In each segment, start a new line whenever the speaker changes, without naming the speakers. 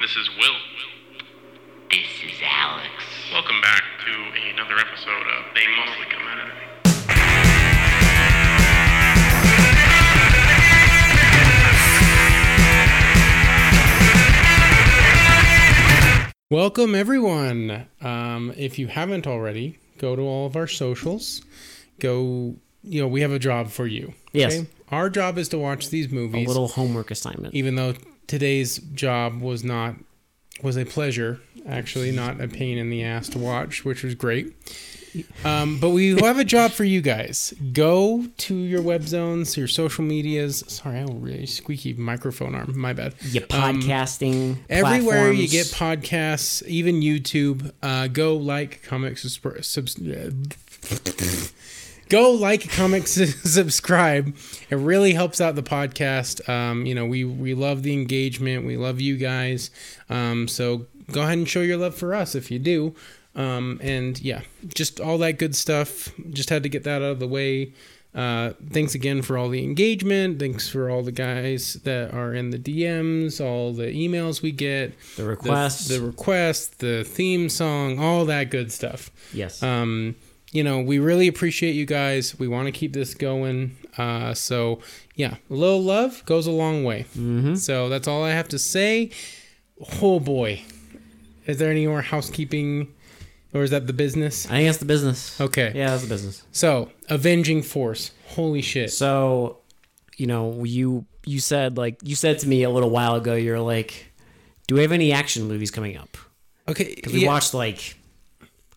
This is Will.
This is Alex.
Welcome back to another episode of They Mostly Come Out.
Welcome, everyone. Um, if you haven't already, go to all of our socials. Go, you know, we have a job for you.
Yes.
Our job is to watch these
a
movies.
little homework assignment.
Even though today's job was not, was a pleasure, actually, not a pain in the ass to watch, which was great. Um, but we have a job for you guys. Go to your web zones, your social medias. Sorry, I have a really squeaky microphone arm. My bad.
Your
Um,
podcasting
everywhere you
platforms.
get podcasts even youtube uh, go like comment subscri- subs- go like comment s- subscribe it really helps out the podcast um, you know we we love the engagement we love you guys um, so go ahead and show your love for us if you do um, and yeah just all that good stuff just had to get that out of the way uh, thanks again for all the engagement. Thanks for all the guys that are in the DMs, all the emails we get,
The requests.
the, the requests, the theme song, all that good stuff.
yes.
Um, you know, we really appreciate you guys. We want to keep this going. Uh, so yeah, a little love goes a long way.
Mm-hmm.
So that's all I have to say. Oh boy, is there any more housekeeping, or is that the business?
I think that's the business.
Okay.
Yeah, that's the business.
So avenging force. Holy shit.
So, you know, you you said like you said to me a little while ago. You're like, do we have any action movies coming up?
Okay,
Because we
yeah.
watched like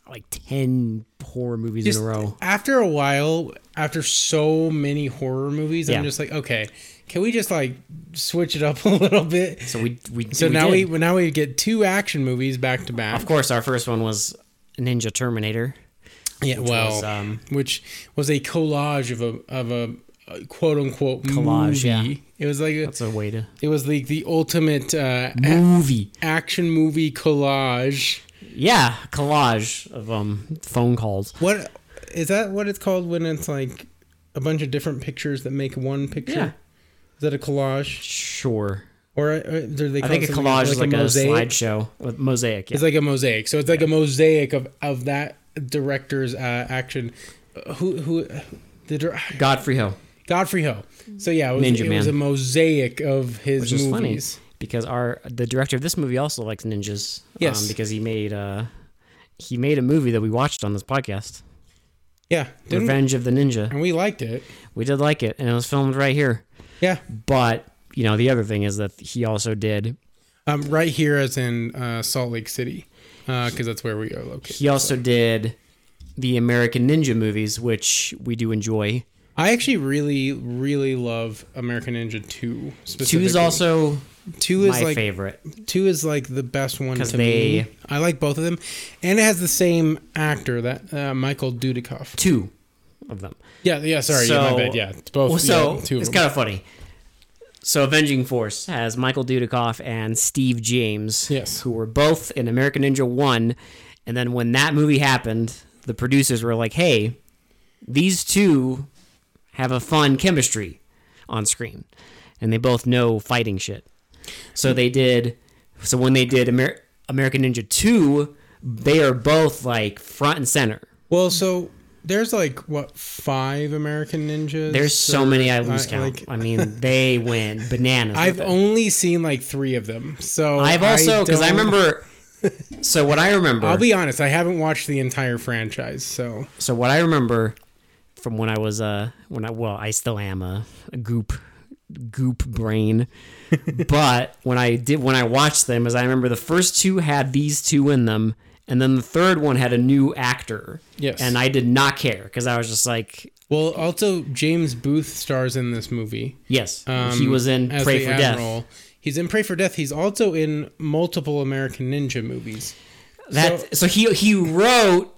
like ten horror movies
Just
in a row.
After a while, after so many horror movies,
Yeah.
I'm just like, okay, can we just like switch it up a little bit?
So we we
So now
did.
we, now we get two action movies back to back.
of course our first one was Ninja Terminator.
Yeah, well,
was, um,
which was a collage of a of a quote unquote
Collage, yeah.
Movie. It was like a,
That's a way to
it was like the ultimate uh, a-
movie.
action movie collage.
Yeah, collage of um phone calls.
What is that? What it's called when it's like a bunch of different pictures that make one picture?
Yeah.
Is that a collage?
Sure.
or, or do they
I
call
think
it
a
something
collage is like a,
mosaic?
slideshow. A mosaic, yeah.
It's like a mosaic, so it's like a mosaic of of that director's uh, action. Uh, Who who the dir-
Godfrey Ho.
Godfrey Ho? So yeah, it was,
Ninja
it was
Man.
a mosaic of his
Which is funny
movies.
because our the director of this movie also likes ninjas. um,
Yes.
because he made uh he made a movie that we watched on this podcast.
Yeah, didn't-
Revenge of the Ninja.
and we liked it.
We did like it and it was filmed right here.
Yeah,
But, you know, the other thing is that he also did
um, right here as in uh, Salt Lake City, because that's where we are located.
he also did the American Ninja movies, which we do enjoy.
I actually really really love American Ninja Two.
Two
Specifically.
is also
two is
my
like
favorite.
Two is like the best one
'Cause
to
they-
me. I like both of them, and it has the same actor that uh, Michael Dudikoff.
Two of them.
Yeah, yeah. Sorry, yeah,
So-
my bad. Yeah, it's both.
Well, so
yeah, two of
it's
them.
kind of funny. So, Avenging Force has Michael Dudikoff and Steve James,
Yes.
who were both in American Ninja One, and then when that movie happened, the producers were like, "Hey, these two have a fun chemistry on screen, and they both know fighting shit." So they did. So when they did Amer- American Ninja Two, they are both like front and center.
well, so there's like what five American ninjas?
There's so many I lose
I-
count.
like-
I mean, they went bananas.
I've
with it.
only seen like three of them. So
I've
I
also because I,
don't-
remember. So what I remember.
I'll be honest. I haven't watched the entire franchise. So
so what I remember from when I was uh when I well I still am a, a goop goop brain, but when I did when I watched them is I remember the first two had these two in them. And then the third one had a new actor.
Yes.
And I did not care because I was just like,
well, also James Booth stars in this movie.
yes,
Um,
he was in
as
Pray
the
for
Admiral. He's in Pray for Death. He's also in multiple American Ninja movies.
Death. That so, he he wrote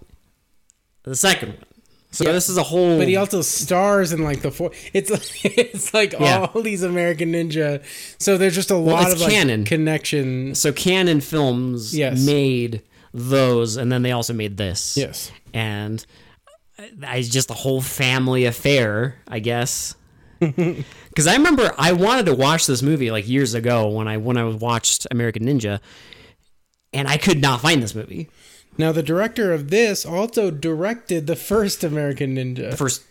the second one. So this is a whole.
But he also stars in like the four. It's it's like
Yeah.
all these American Ninja. So there's just a lot
it's
of like
canon.
connection.
so Canon Films
Yes.
made those, and then they also made this. uh,
Yes.
and I- it's just a whole family affair, I guess. Because I remember I wanted to watch this movie like years ago when I when I watched American Ninja, and I could not find this movie.
Now, the director of this also directed the first American Ninja.
The first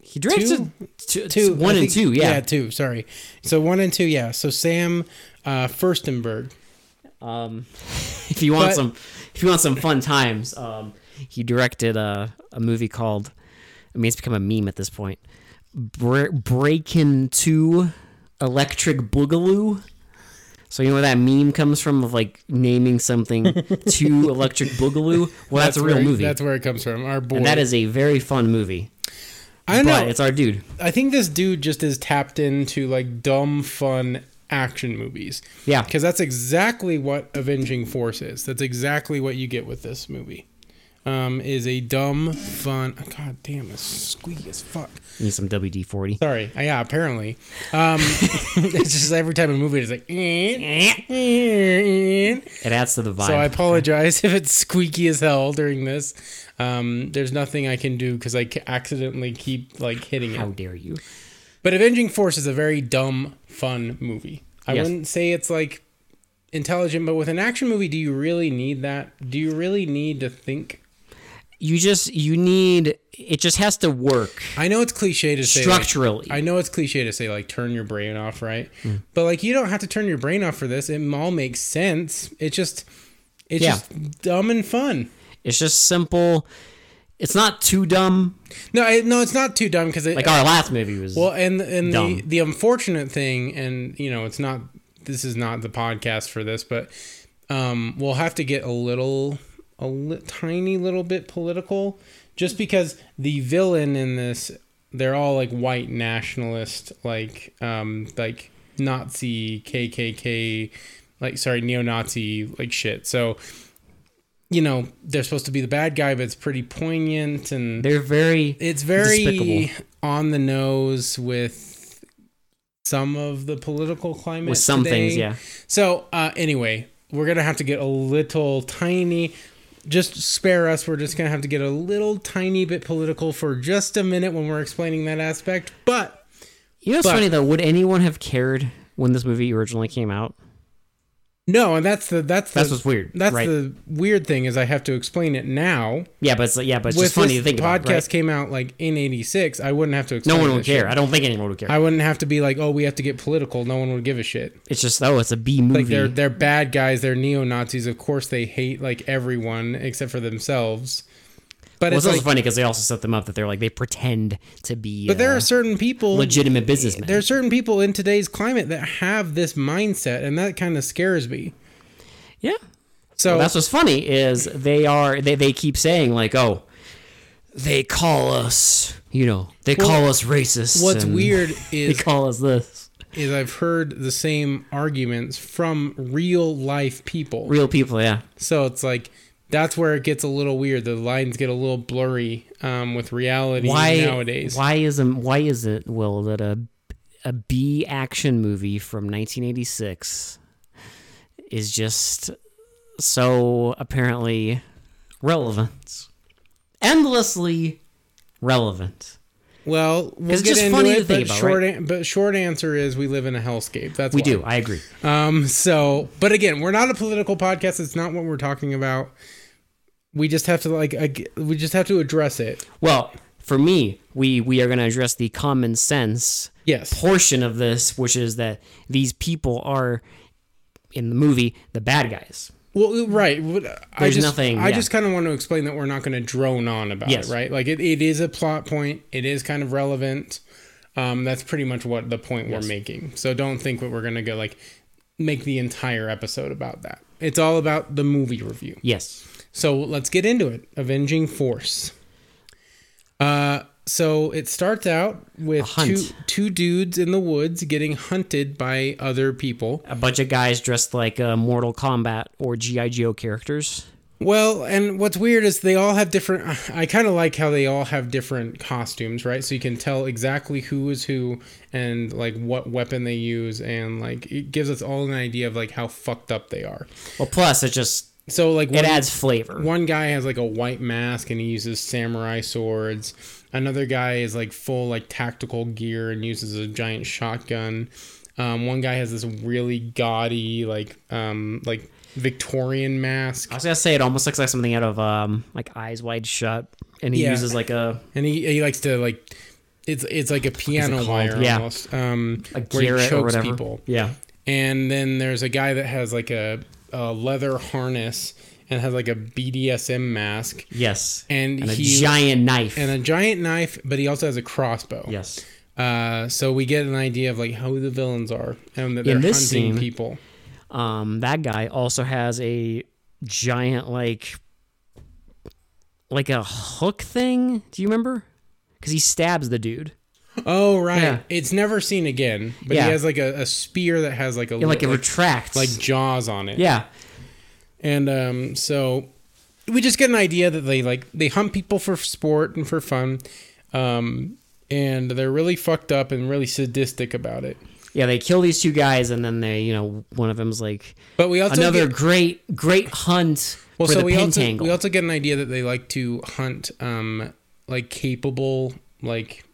he directed two,
two,
one
I
and
think-
two, yeah.
yeah, two. Sorry, so one and two, yeah. So Sam uh, Furstenberg.
Um, if you want
But-
some, if you want some fun times, um, he directed a, a movie called. I mean, it's become a meme at this point. Bre- Breaking Two, Electric Boogaloo. So you know where that meme comes from of like naming something two Electric Boogaloo. Well, that's, a real
where,
movie,
That's where it comes from. Our boy.
and that is a very fun movie.
I don't
But
know.
it's our dude.
I think this dude just is tapped into like dumb fun action movies.
Yeah.
Because that's exactly what Avenging Force is. That's exactly what you get with this movie. Um, is a dumb fun. God damn, it's squeaky as fuck.
Need some WD forty.
Sorry. Uh, Yeah, apparently. Um, it's just every time a movie is like. eh,
It adds to the vibe.
So I apologize if it's squeaky as hell during this. Um, there's nothing I can do because I ca- accidentally keep like hitting
How
it.
dare you?
But Avenging Force is a very dumb, fun movie. I
Yes.
wouldn't say it's like intelligent, but with an action movie, do you really need that? Do you really need to think?
You just you need. It just has to work.
I know it's cliche to say like,
structurally. Hmm.
I know it's cliche to say like turn your brain off, right? But like you don't have to turn your brain off for this. It all makes sense. It just it's
Yeah.
just dumb and fun.
it's just simple. It's not too dumb.
No, I, no, it's not too dumb because it,
Like our last movie was.
Well, and and
Dumb.
the the unfortunate thing, and you know, it's not this is not the podcast for this, but um, we'll have to get a little, a li- tiny little bit political, just because the villain in this, they're all like white nationalist, like um, like Nazi KKK, like sorry, neo Nazi like shit. So. You know they're supposed to be the bad guy, but it's pretty poignant and
they're very.
it's very
Despicable.
on the nose with some of the political climate.
With some
today.
things, yeah.
So uh, anyway, we're gonna have to get a little tiny. Just spare us. We're just gonna have to get a little tiny bit political for just a minute when we're explaining that aspect. But
You know, what's
but-
funny though. Would anyone have cared when this movie originally came out?
no, and that's the that's the,
That's what's weird,
That's
right?
the weird thing is I have to explain it now.
Yeah, but it's yeah, but it's just funny to think
podcast
about. Right?
came out like in '86, I wouldn't have to.
No
explain
one would
this shit.
care. I don't think anyone would care.
I wouldn't have to be like, oh, we have to get political. No one would give a shit.
it's just oh, it's a B movie.
like they're they're bad guys they're neo-nazis of course they hate like everyone except for themselves but
well, it's
it's
also
like,
funny because they also set them up that they're like they pretend to be.
but there
uh,
are certain people
legitimate businessmen.
there are certain people in today's climate that have this mindset and that kind of scares me
yeah.
so
Well, that's what's funny is they are they, they keep saying like oh, they call us you know they call us racist.
what's
and
weird
They
is
call us this.
is i've heard the same arguments from real life people
Real people, yeah.
so it's like that's where it gets a little weird the lines get a little blurry um, with reality
Why
nowadays
Why is um, Why is it Will that a a B action movie from 1986 is just so apparently relevant, endlessly relevant?
Well, we'll
it's
get
just
into
funny
it,
to think
but
about,
short, an- but short answer is we live in a hellscape. That's
We
why.
do. I agree.
Um, so, but again, we're not a political podcast. It's not what we're talking about. We just have to like, ag- we just have to address it.
Well, for me, we we are going to address the common sense
Yes,
portion of this, which is that these people are in the movie the bad guys.
Well, right. What- I
There's
just,
nothing-
I
yeah.
just kind of want to explain that we're not going to drone on about
Yes.
it, right? Like it, it is a plot point. It is kind of relevant. Um, that's pretty much what the point we're making. So don't think that we're going to go like make the entire episode about that. It's all about the movie review.
Yes.
So let's get into it. Avenging Force. Uh, so it starts out with
hunt.
two two dudes in the woods getting hunted by other people.
a bunch of guys dressed like uh, Mortal Kombat or GI Joe characters.
Well, and what's weird is they all have different. I kind of like how they all have different costumes, right? So you can tell exactly who is who and like what weapon they use, and like it gives us all an idea of like how fucked up they are.
Well, plus it just
So like
It
one,
adds flavor.
one guy has like a white mask and he uses samurai swords. Another guy is like full like tactical gear and uses a giant shotgun. Um, one guy has this really gaudy like um like Victorian mask.
I was gonna say it almost looks like something out of um like Eyes Wide Shut, and he
Yeah.
uses like a
and he, he likes to like it's it's like a piano
called?
wire
Yeah.
almost um
a
where he
garret or
chokes
whatever.
people
Yeah,
and then there's a guy that has like a, a leather harness and has like a BDSM mask
yes,
and,
and a
he
giant knife.
and a giant knife but he also has a crossbow
yes,
uh so we get an idea of like who the villains are and that they're
this
hunting
scene-
people
um, that guy also has a giant like like a hook thing. Do you remember? Because he stabs the dude.
oh right
Yeah.
it's never seen again but
Yeah.
he has like a, a spear that has like a
It, like it
like,
retracts.
like jaws on it
yeah,
and um, so we just get an idea that they like they hunt people for sport and for fun, um, and they're really fucked up and really sadistic about it.
yeah. They kill these two guys, and then they, you know, one of them's like
But we also
another
get,
great, great hunt
well,
for
so
the
we also,
pentangle.
we also get an idea that they like to hunt um, like capable like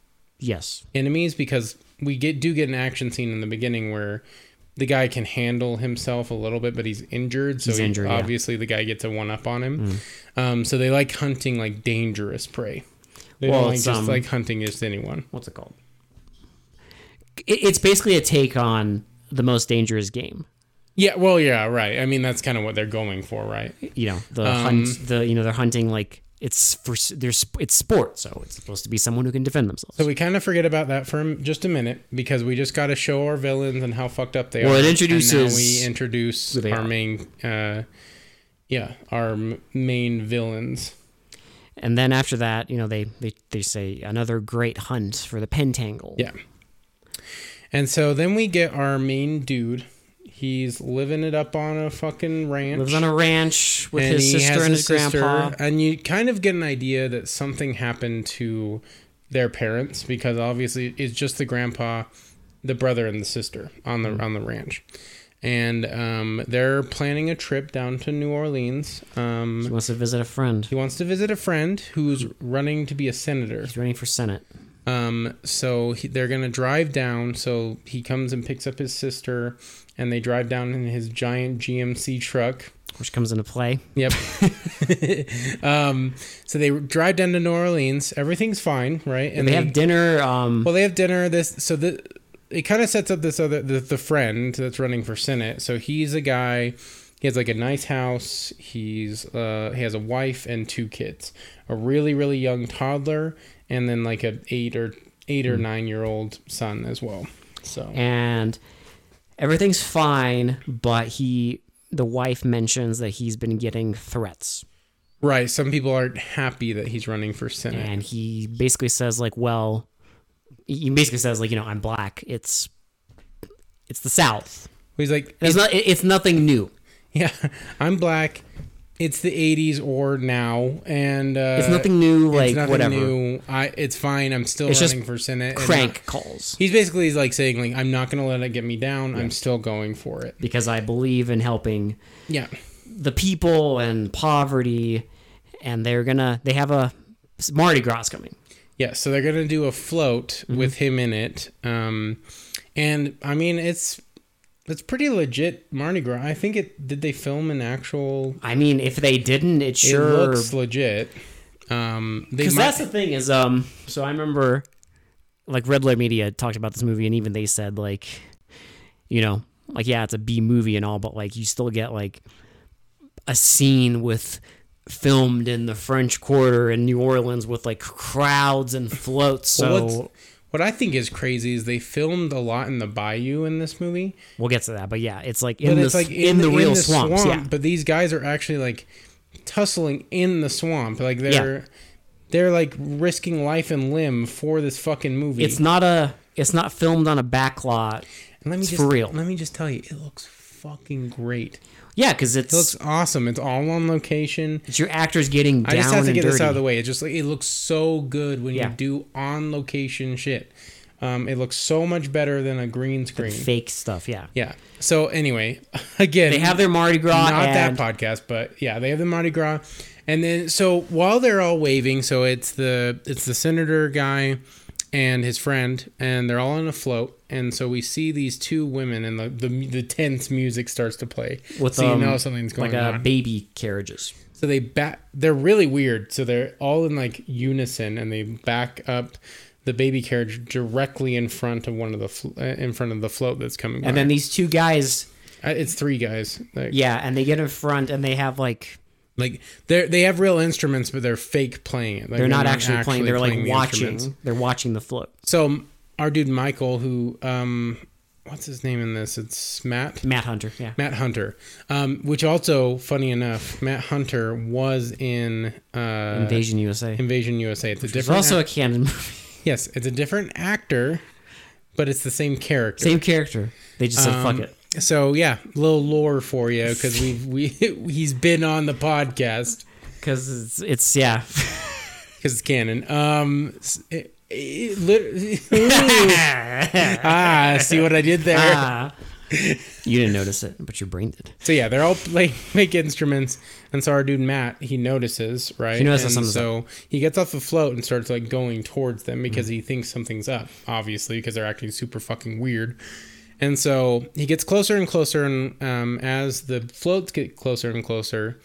yes,
enemies because we get do get an action scene in the beginning where the guy can handle himself a little bit, but he's injured, so
He's
he-
injured, yeah. Mm.
obviously the guy gets a one up on him. Um, so they like hunting like dangerous prey. They
Well,
don't like
it's,
just
um,
like hunting just anyone.
what's it called? It, it's basically a take on the most dangerous game.
Yeah, well, yeah, right. I mean, that's kind of what they're going for, right?
You know, the
Um,
hunt, the you know, they're hunting like it's for s- there's it's sport, so it's supposed to be someone who can defend themselves.
So we kind of forget about that for m- just a minute because we just got to show our villains and how fucked up they
Well,
are.
it
And now
introduces
we introduce
who they
our
are.
main, uh, yeah, our m- main villains.
and then after that, you know, they they they say another great hunt for the pentangle.
Yeah. And so then we get our main dude. He's living it up on a fucking ranch.
lives on a ranch with
and
his
he
sister
has
and his
sister,
grandpa.
And you kind of get an idea that something happened to their parents because obviously it's just the grandpa, the brother, and the sister on the on the ranch. And um, they're planning a trip down to New Orleans.
He
Um,
wants to visit a friend.
he wants to visit a friend who's running to be a senator.
He's running for senate.
Um, so he, they're gonna drive down. So he comes and picks up his sister, and they drive down in his giant GMC truck.
Which comes into play.
Yep. um, so they drive down to New Orleans. Everything's fine, right? And
They have dinner. Um,
well, they have dinner. This so the it kind of sets up this other the, the friend that's running for senate. So he's a guy. He has like a nice house. He's uh, he has a wife and two kids, a really really young toddler, and then like a eight or eight
Hmm.
or nine year old son as well. So
and everything's fine but he the wife mentions that he's been getting threats
right, some people aren't happy that he's running for senate.
and he basically says like well he basically says like you know i'm black it's it's the south
He's like,
it's not it- it's nothing new
yeah, I'm black. It's the '80s or now, and uh,
it's nothing new like
it's nothing
whatever
new. I it's fine. I'm still
It's just
running for senate. and
crank calls
He's basically like saying like I'm not gonna let it get me down. I'm still going for it.
because i believe in helping
Yeah,
the people and poverty and they're gonna they have a mardi gras coming
yeah. So they're gonna do a float
Mm-hmm.
with him in it. Um, and I mean it's it's pretty legit Mardi Gras. I think it did they film an actual.
i mean if they didn't it
It
sure
looks legit. Um, they
because
might-
that's the thing is um so i remember like red letter media talked about this movie and even they said like you know like yeah it's a b movie and all but like you still get like a scene with filmed in the french quarter in new orleans with like crowds and floats so
Well,
we'll,
what's- what I think is crazy is they filmed a lot in the bayou in this movie.
get to that but yeah it's like in
But
the
it's like
in, the real swamps yeah
But these guys are actually like tussling in the swamp. Like they're they're like risking life and limb for this fucking movie.
it's not a it's not filmed on a back lot
And let me
it's
just,
for real.
Let me just tell you, it looks fucking great.
yeah because it's,
It looks awesome. It's all on location.
it's your actors getting down
I just have to
and
get
dirty
this out of the way. It just like it looks so good when
Yeah.
you do on location shit. Um, it looks so much better than a green screen.
Fake stuff, yeah.
yeah. So anyway, again,
They have their Mardi Gras.
not
ad.
that podcast, but yeah, they have the Mardi Gras, and then so while they're all waving, so it's the it's the senator guy and his friend, and they're all on a float, and so we see these two women, and the the, the tense music starts to play,
With,
so
um,
you know something's going
like uh,
on.
baby carriages.
so they back, they're really weird, so they're all in like unison, and they back up. The baby carriage directly in front of one of the fl- uh, in front of the float that's coming.
And
by.
then these two guys,
Uh, it's three guys. Like,
yeah, and they get in front and they have like
Like they they have real instruments, but they're fake playing it. Like,
they're, not, actually, playing. They're like
the instruments.
watching. They're watching the float.
So our dude Michael, who um, what's his name in this? It's Matt.
Matt Hunter, yeah.
Matt Hunter, um, which also funny enough, Matt Hunter was in uh,
Invasion USA.
Invasion USA. It's a
It's
different
also
ac-
a canon movie.
yes, it's a different actor, but it's the same character.
Same character. They just said
Um,
fuck it.
So yeah, a little lore for you because we we he's been on the podcast.
Because it's, it's yeah.
because it's canon. Um, s- it, it lit- Ooh. ah, see what I did there.
Ah. you didn't notice it, but your brain did.
So yeah, they're all playing fake instruments, and so our dude Matt he notices, right?
He notices
and
something's
so he gets off the float and starts like going towards them because
Mm-hmm.
he thinks something's up, obviously because they're acting super fucking weird. And so he gets closer and closer, and um, as the floats get closer and closer,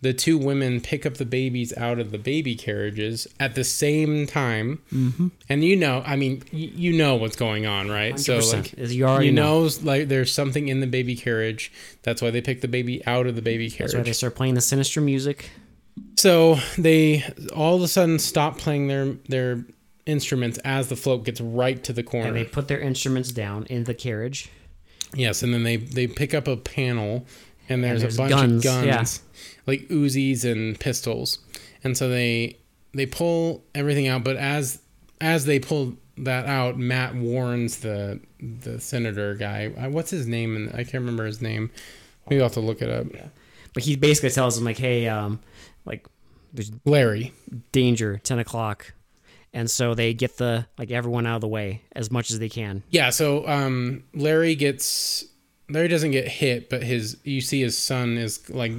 the two women pick up the babies out of the baby carriages at the same time. Mm-hmm. And you know, I mean, y- you know what's going on, right? So
100%.
like,
As you already
you
know.
know, like there's something in the baby carriage. That's why they picked the baby out of the baby carriage.
That's why they start playing the sinister music.
So they all of a sudden stop playing their their instruments as the float gets right to the corner.
And they put their instruments down in the carriage.
yes, and then they they pick up a panel, and there's,
there's
a bunch
guns,
of guns,
yeah.
like Uzis and pistols, and so they they pull everything out. But as as they pull that out, Matt warns the the senator guy. Uh, What's his name? And I can't remember his name. Maybe I'll have to look it up.
But he basically tells them, like, hey, um, like, there's
Larry.
danger, 10 o'clock. And so they get the, like, everyone out of the way as much as they can.
Yeah, so um, Larry gets Larry doesn't get hit, but his you see his son is like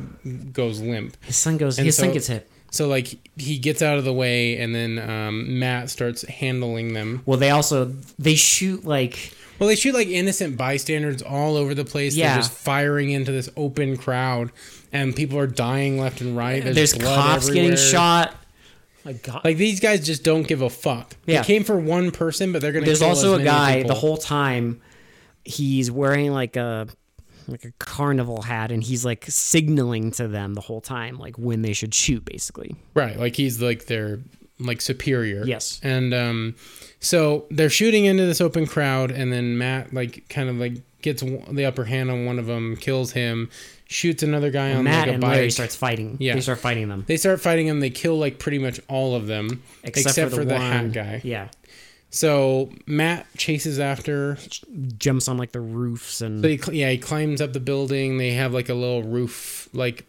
goes limp.
His son goes,
And
his son
so-
gets hit.
So like he gets out of the way, and then um, Matt starts handling them.
Well, they also, they shoot, like,
Well, they shoot like innocent bystanders all over the place.
Yeah.
They're just firing into this open crowd, and people are dying left and right. There's,
there's
blood
cops
everywhere.
getting shot. My God.
Like these guys just don't give a fuck.
Yeah.
They came for one person, but they're gonna.
there's
kill
also
as
a
many
guy
people.
the whole time he's wearing like a like a carnival hat and he's like signaling to them the whole time like when they should shoot basically
Right, like he's like their like superior.
Yes.
And um so they're shooting into this open crowd and then Matt like kind of like gets w- the upper hand on one of them, kills him, shoots another guy on
matt
like a
and
bike.
larry starts fighting
Yeah.
they start fighting them
they start fighting him, they kill like pretty much all of them except, for, the, hat guy.
yeah
So Matt chases after
jumps on like the roofs and
But he, cl- yeah, he climbs up the building. They have like a little roof like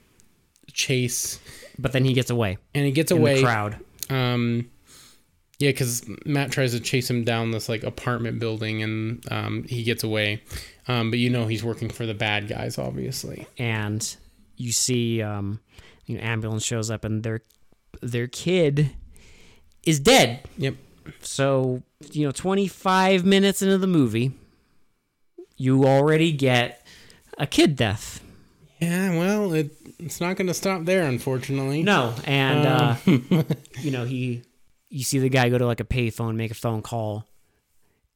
chase
but then he gets away
and he gets
in
away.
the crowd
Um, yeah, because Matt tries to chase him down this like apartment building, and um, he gets away. Um, but you know he's working for the bad guys, obviously.
and you see um you know ambulance shows up and their their kid is dead
Yep.
So, you know, 25 minutes into the movie, you already get a kid death.
Yeah. Well, it, it's not going to stop there, unfortunately.
No, and uh, you know, he you see the guy go to like a payphone, make a phone call,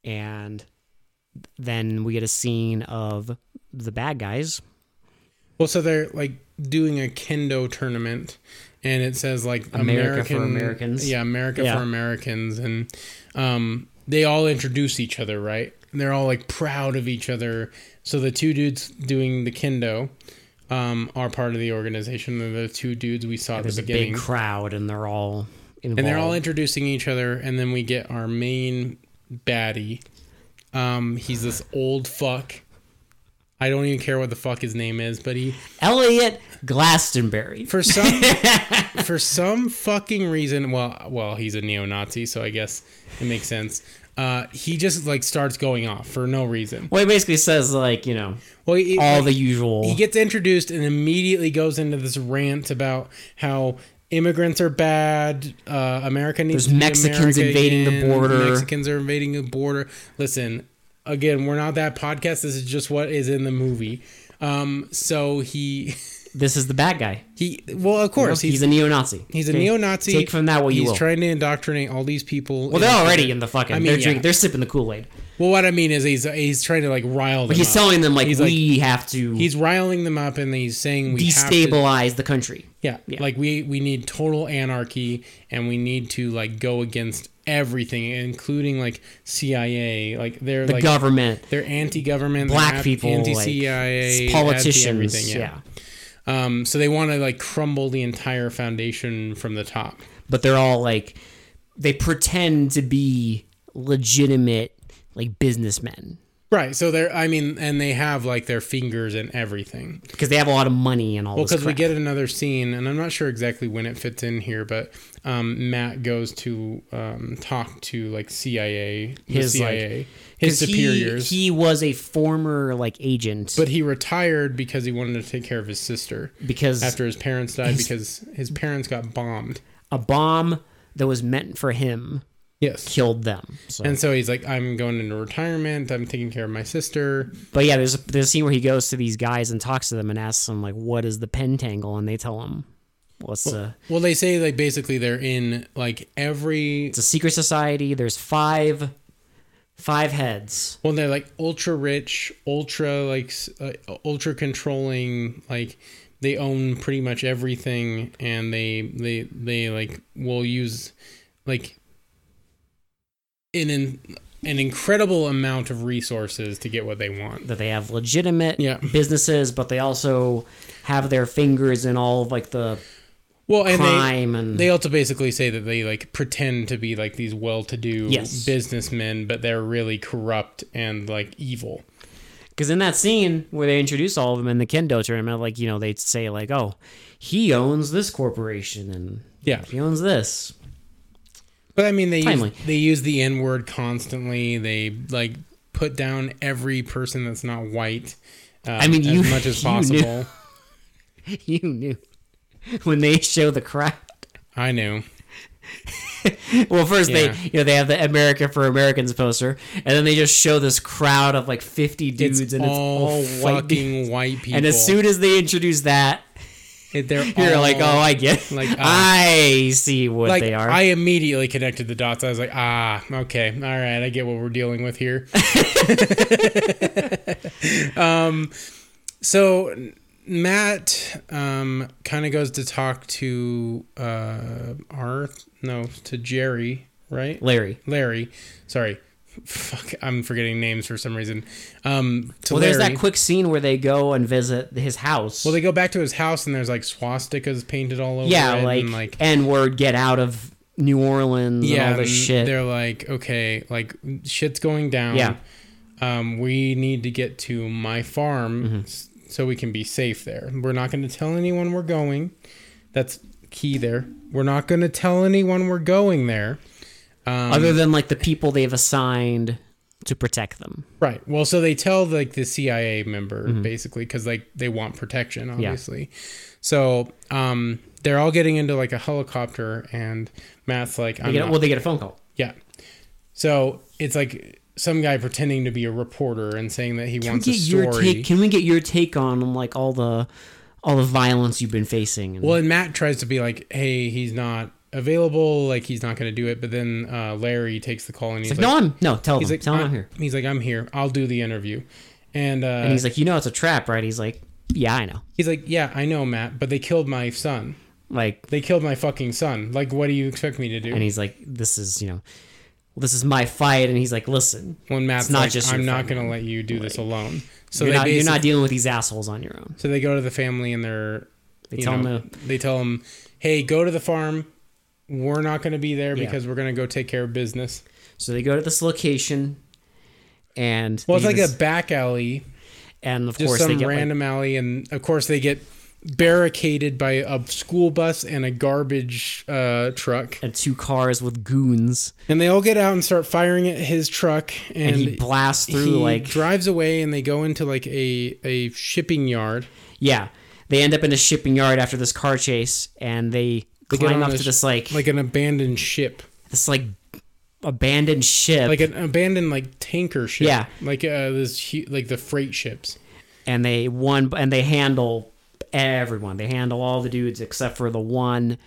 and then we get a scene of the bad guys.
Well, so they're like doing a kendo tournament, and it says like
America for
American-
Americans.
Yeah, America
Yeah.
for Americans, and um, they all introduce each other, right? And they're all like proud of each other. So the two dudes doing the kendo um, are part of the organization. They're the two dudes we saw at
There's
the
a big
beginning,
crowd and they're all involved.
and they're all introducing each other, and then we get our main baddie. Um, he's this old fuck. I don't even care what the fuck his name is, but he
Elliot Glastonbury.
for some for some fucking reason well well he's a neo-nazi so i guess it makes sense uh he just like starts going off for no reason
Well, he basically says like you know
well he,
all
like,
the usual.
he gets introduced and immediately goes into this rant about how immigrants are bad uh america
There's
needs to be
Mexicans
America
invading the
again,
border.
mexicans are invading the border listen again we're not that podcast this is just what is in the movie um so he
this is the bad guy.
he well of course
he's, a neo-Nazi.
He's a
Okay?
neo-Nazi.
Take from that what you
He's
will.
trying to indoctrinate all these people.
well, they're already in the fucking.
I mean,
they're
yeah.
drinking. They're sipping the Kool Aid.
Well, what I mean is he's he's trying to like rile them.
He's
up.
telling them like
He's like-
we have to
He's riling them up, and he's saying we Have to,
destabilize the country.
yeah,
Yeah.
like we we need total anarchy, and we need to like go against everything, including like CIA. Like they're
The
like
government,
they're anti-government,
black
they're
people,
anti
like
CIA,
politicians. Yeah.
Um, so they want to like crumble the entire foundation from the top.
but they're all like they pretend to be legitimate like businessmen
Right. So they're I mean, and they have like their fingers in everything.
because they have a lot of money and all.
Well,
this
because we
crap.
get another scene, and I'm not sure exactly when it fits in here, but um, Matt goes to um, talk to like CIA, his
His, like-
CIA, his
'Cause he-
superiors.
He, was a former like agent,
but he retired because he wanted to take care of his sister
because
after his parents died because his parents got bombed.
a bomb that was meant for him
Yes.
killed them. So-
And so he's like, I'm going into retirement. I'm taking care of my sister.
But yeah, there's a, there's a scene where he goes to these guys and talks to them and asks them like, "What is the pentangle?" And they tell him, "Well, it's a
Well, they say like basically they're in like every
it's a secret society. There's five five heads.
Well, they're like ultra rich, ultra like s- uh, ultra controlling. Like they own pretty much everything, and they they they like will use like an in, an incredible amount of resources to get what they want.
That they have legitimate
Yeah.
businesses, but they also have their fingers in all of like the
Well, and
crime
they
and
they also basically say that they like pretend to be like these well-to-do
Yes.
businessmen, but they're really corrupt and like evil.
Because in that scene where they introduce all of them in the kendo tournament, like you know, they say like, "Oh, he owns this corporation and
Yeah.
he owns this."
But I mean, they use,
Timely.
they use the N word constantly. They like put down every person that's not white. Uh, I
mean,
as
you-
much as
you knew.
possible.
you knew when they show the crowd.
I knew.
Well, first
Yeah.
they you know they have the America for Americans poster, and then they just show this crowd of like fifty dudes,
it's
and
all
it's all white. dudes.
fucking white people.
And as soon as they introduce that,
It- they're
you're
all-
like, "Oh, I get,
like,
like
uh,
I see what
like,
they are."
I immediately connected the dots. I was like, ah, okay, all right, I get what we're dealing with here. um, so Matt um, kind of goes to talk to uh, Arth, no, to Jerry, right?
Larry.
Larry, sorry, fuck, I'm forgetting names for some reason. Um, to
Well,
Larry.
there's that quick scene where they go and visit his house.
well, they go back to his house and there's like swastikas painted all over
yeah,
it,
like,
and like
N word, get out of New Orleans and all this
and
shit.
mm, They're like, okay, like shit's going down.
Yeah.
Um, we need to get to my farm
Mm-hmm.
s- so we can be safe there. We're not going to tell anyone we're going. That's key there. We're not going to tell anyone we're going there.
Other than like the people they've assigned to protect them.
Right. Well, so they tell like the CIA member
Mm-hmm.
basically 'cause basically because like they want protection, obviously. So um, they're all getting into like a helicopter, and Matt's like, I'm
They get,
not
well, they get a phone call.
Yeah. So it's like some guy pretending to be a reporter and saying that he wants a
Get your
story.
take, can we get your take on like all the all the violence you've been facing? And
well, and Matt tries to be like, "Hey, he's not available. Like he's not going to do it." But then uh, Larry takes the call and he's
like,
like,
no, I'm no. Tell them,
he's like, uh,
tell them I'm here.
He's like, "I'm here. I'll do the interview." And, uh,
And
he's,
he's like, you know, it's a trap, right? He's like, yeah, I know.
like, "Yeah, I know, Matt, but they killed my son.
Like,
They killed my fucking son. Like, what do you expect me to do?"
and he's like, this is you know, this is my fight. And he's like, listen,
when Matt's
it's not
like,
just your
"I'm not
friend,
going to let you do this alone." So
you're
they
not, you're
basically-
not dealing with these assholes on your own.
So they go to the family and they're they
tell 'em
they tell them, "Hey, go to the farm. We're not going to be there
Yeah.
because we're going to go take care of business."
So they go to this location, and
Well, it's
they
like
just-
a back alley.
and of
just
course they
some
get like,
random alley, and of course they get barricaded by a school bus and a garbage uh, truck,
and two cars with goons,
and they all get out and start firing at his truck, and,
and, he blasts through
he
like
drives away, and they go into like a a shipping yard.
yeah. They end up in a shipping yard after this car chase, and they,
They get
climb
on
up
a
to
sh-
this like,
like an abandoned ship,
this like abandoned ship,
like an abandoned like tanker ship,
Yeah.
like uh, this hu- like the freight ships.
and they one and they handle everyone. They handle all the dudes except for the one,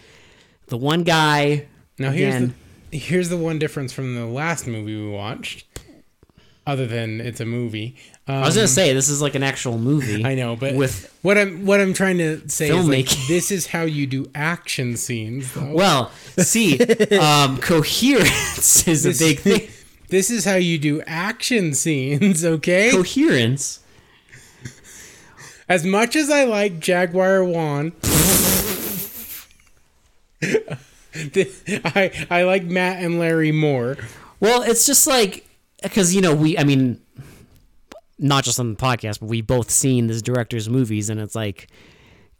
the one guy.
Now here's
Again.
the here's the one difference from the last movie we watched. Other than it's a movie, um,
I was gonna say this is like an actual movie.
I know, but
with
what I'm what I'm trying to say is like,
Filmmaking.
this is how you do action scenes. Though.
well, see, um, coherence is a
this,
big thing.
This is how you do action scenes. Okay.
Coherence.
As much as I like Jaguar Juan, I I like Matt and Larry more.
Well, it's just like because you know we. I mean, not just on the podcast, but we both seen this director's movies, and it's like,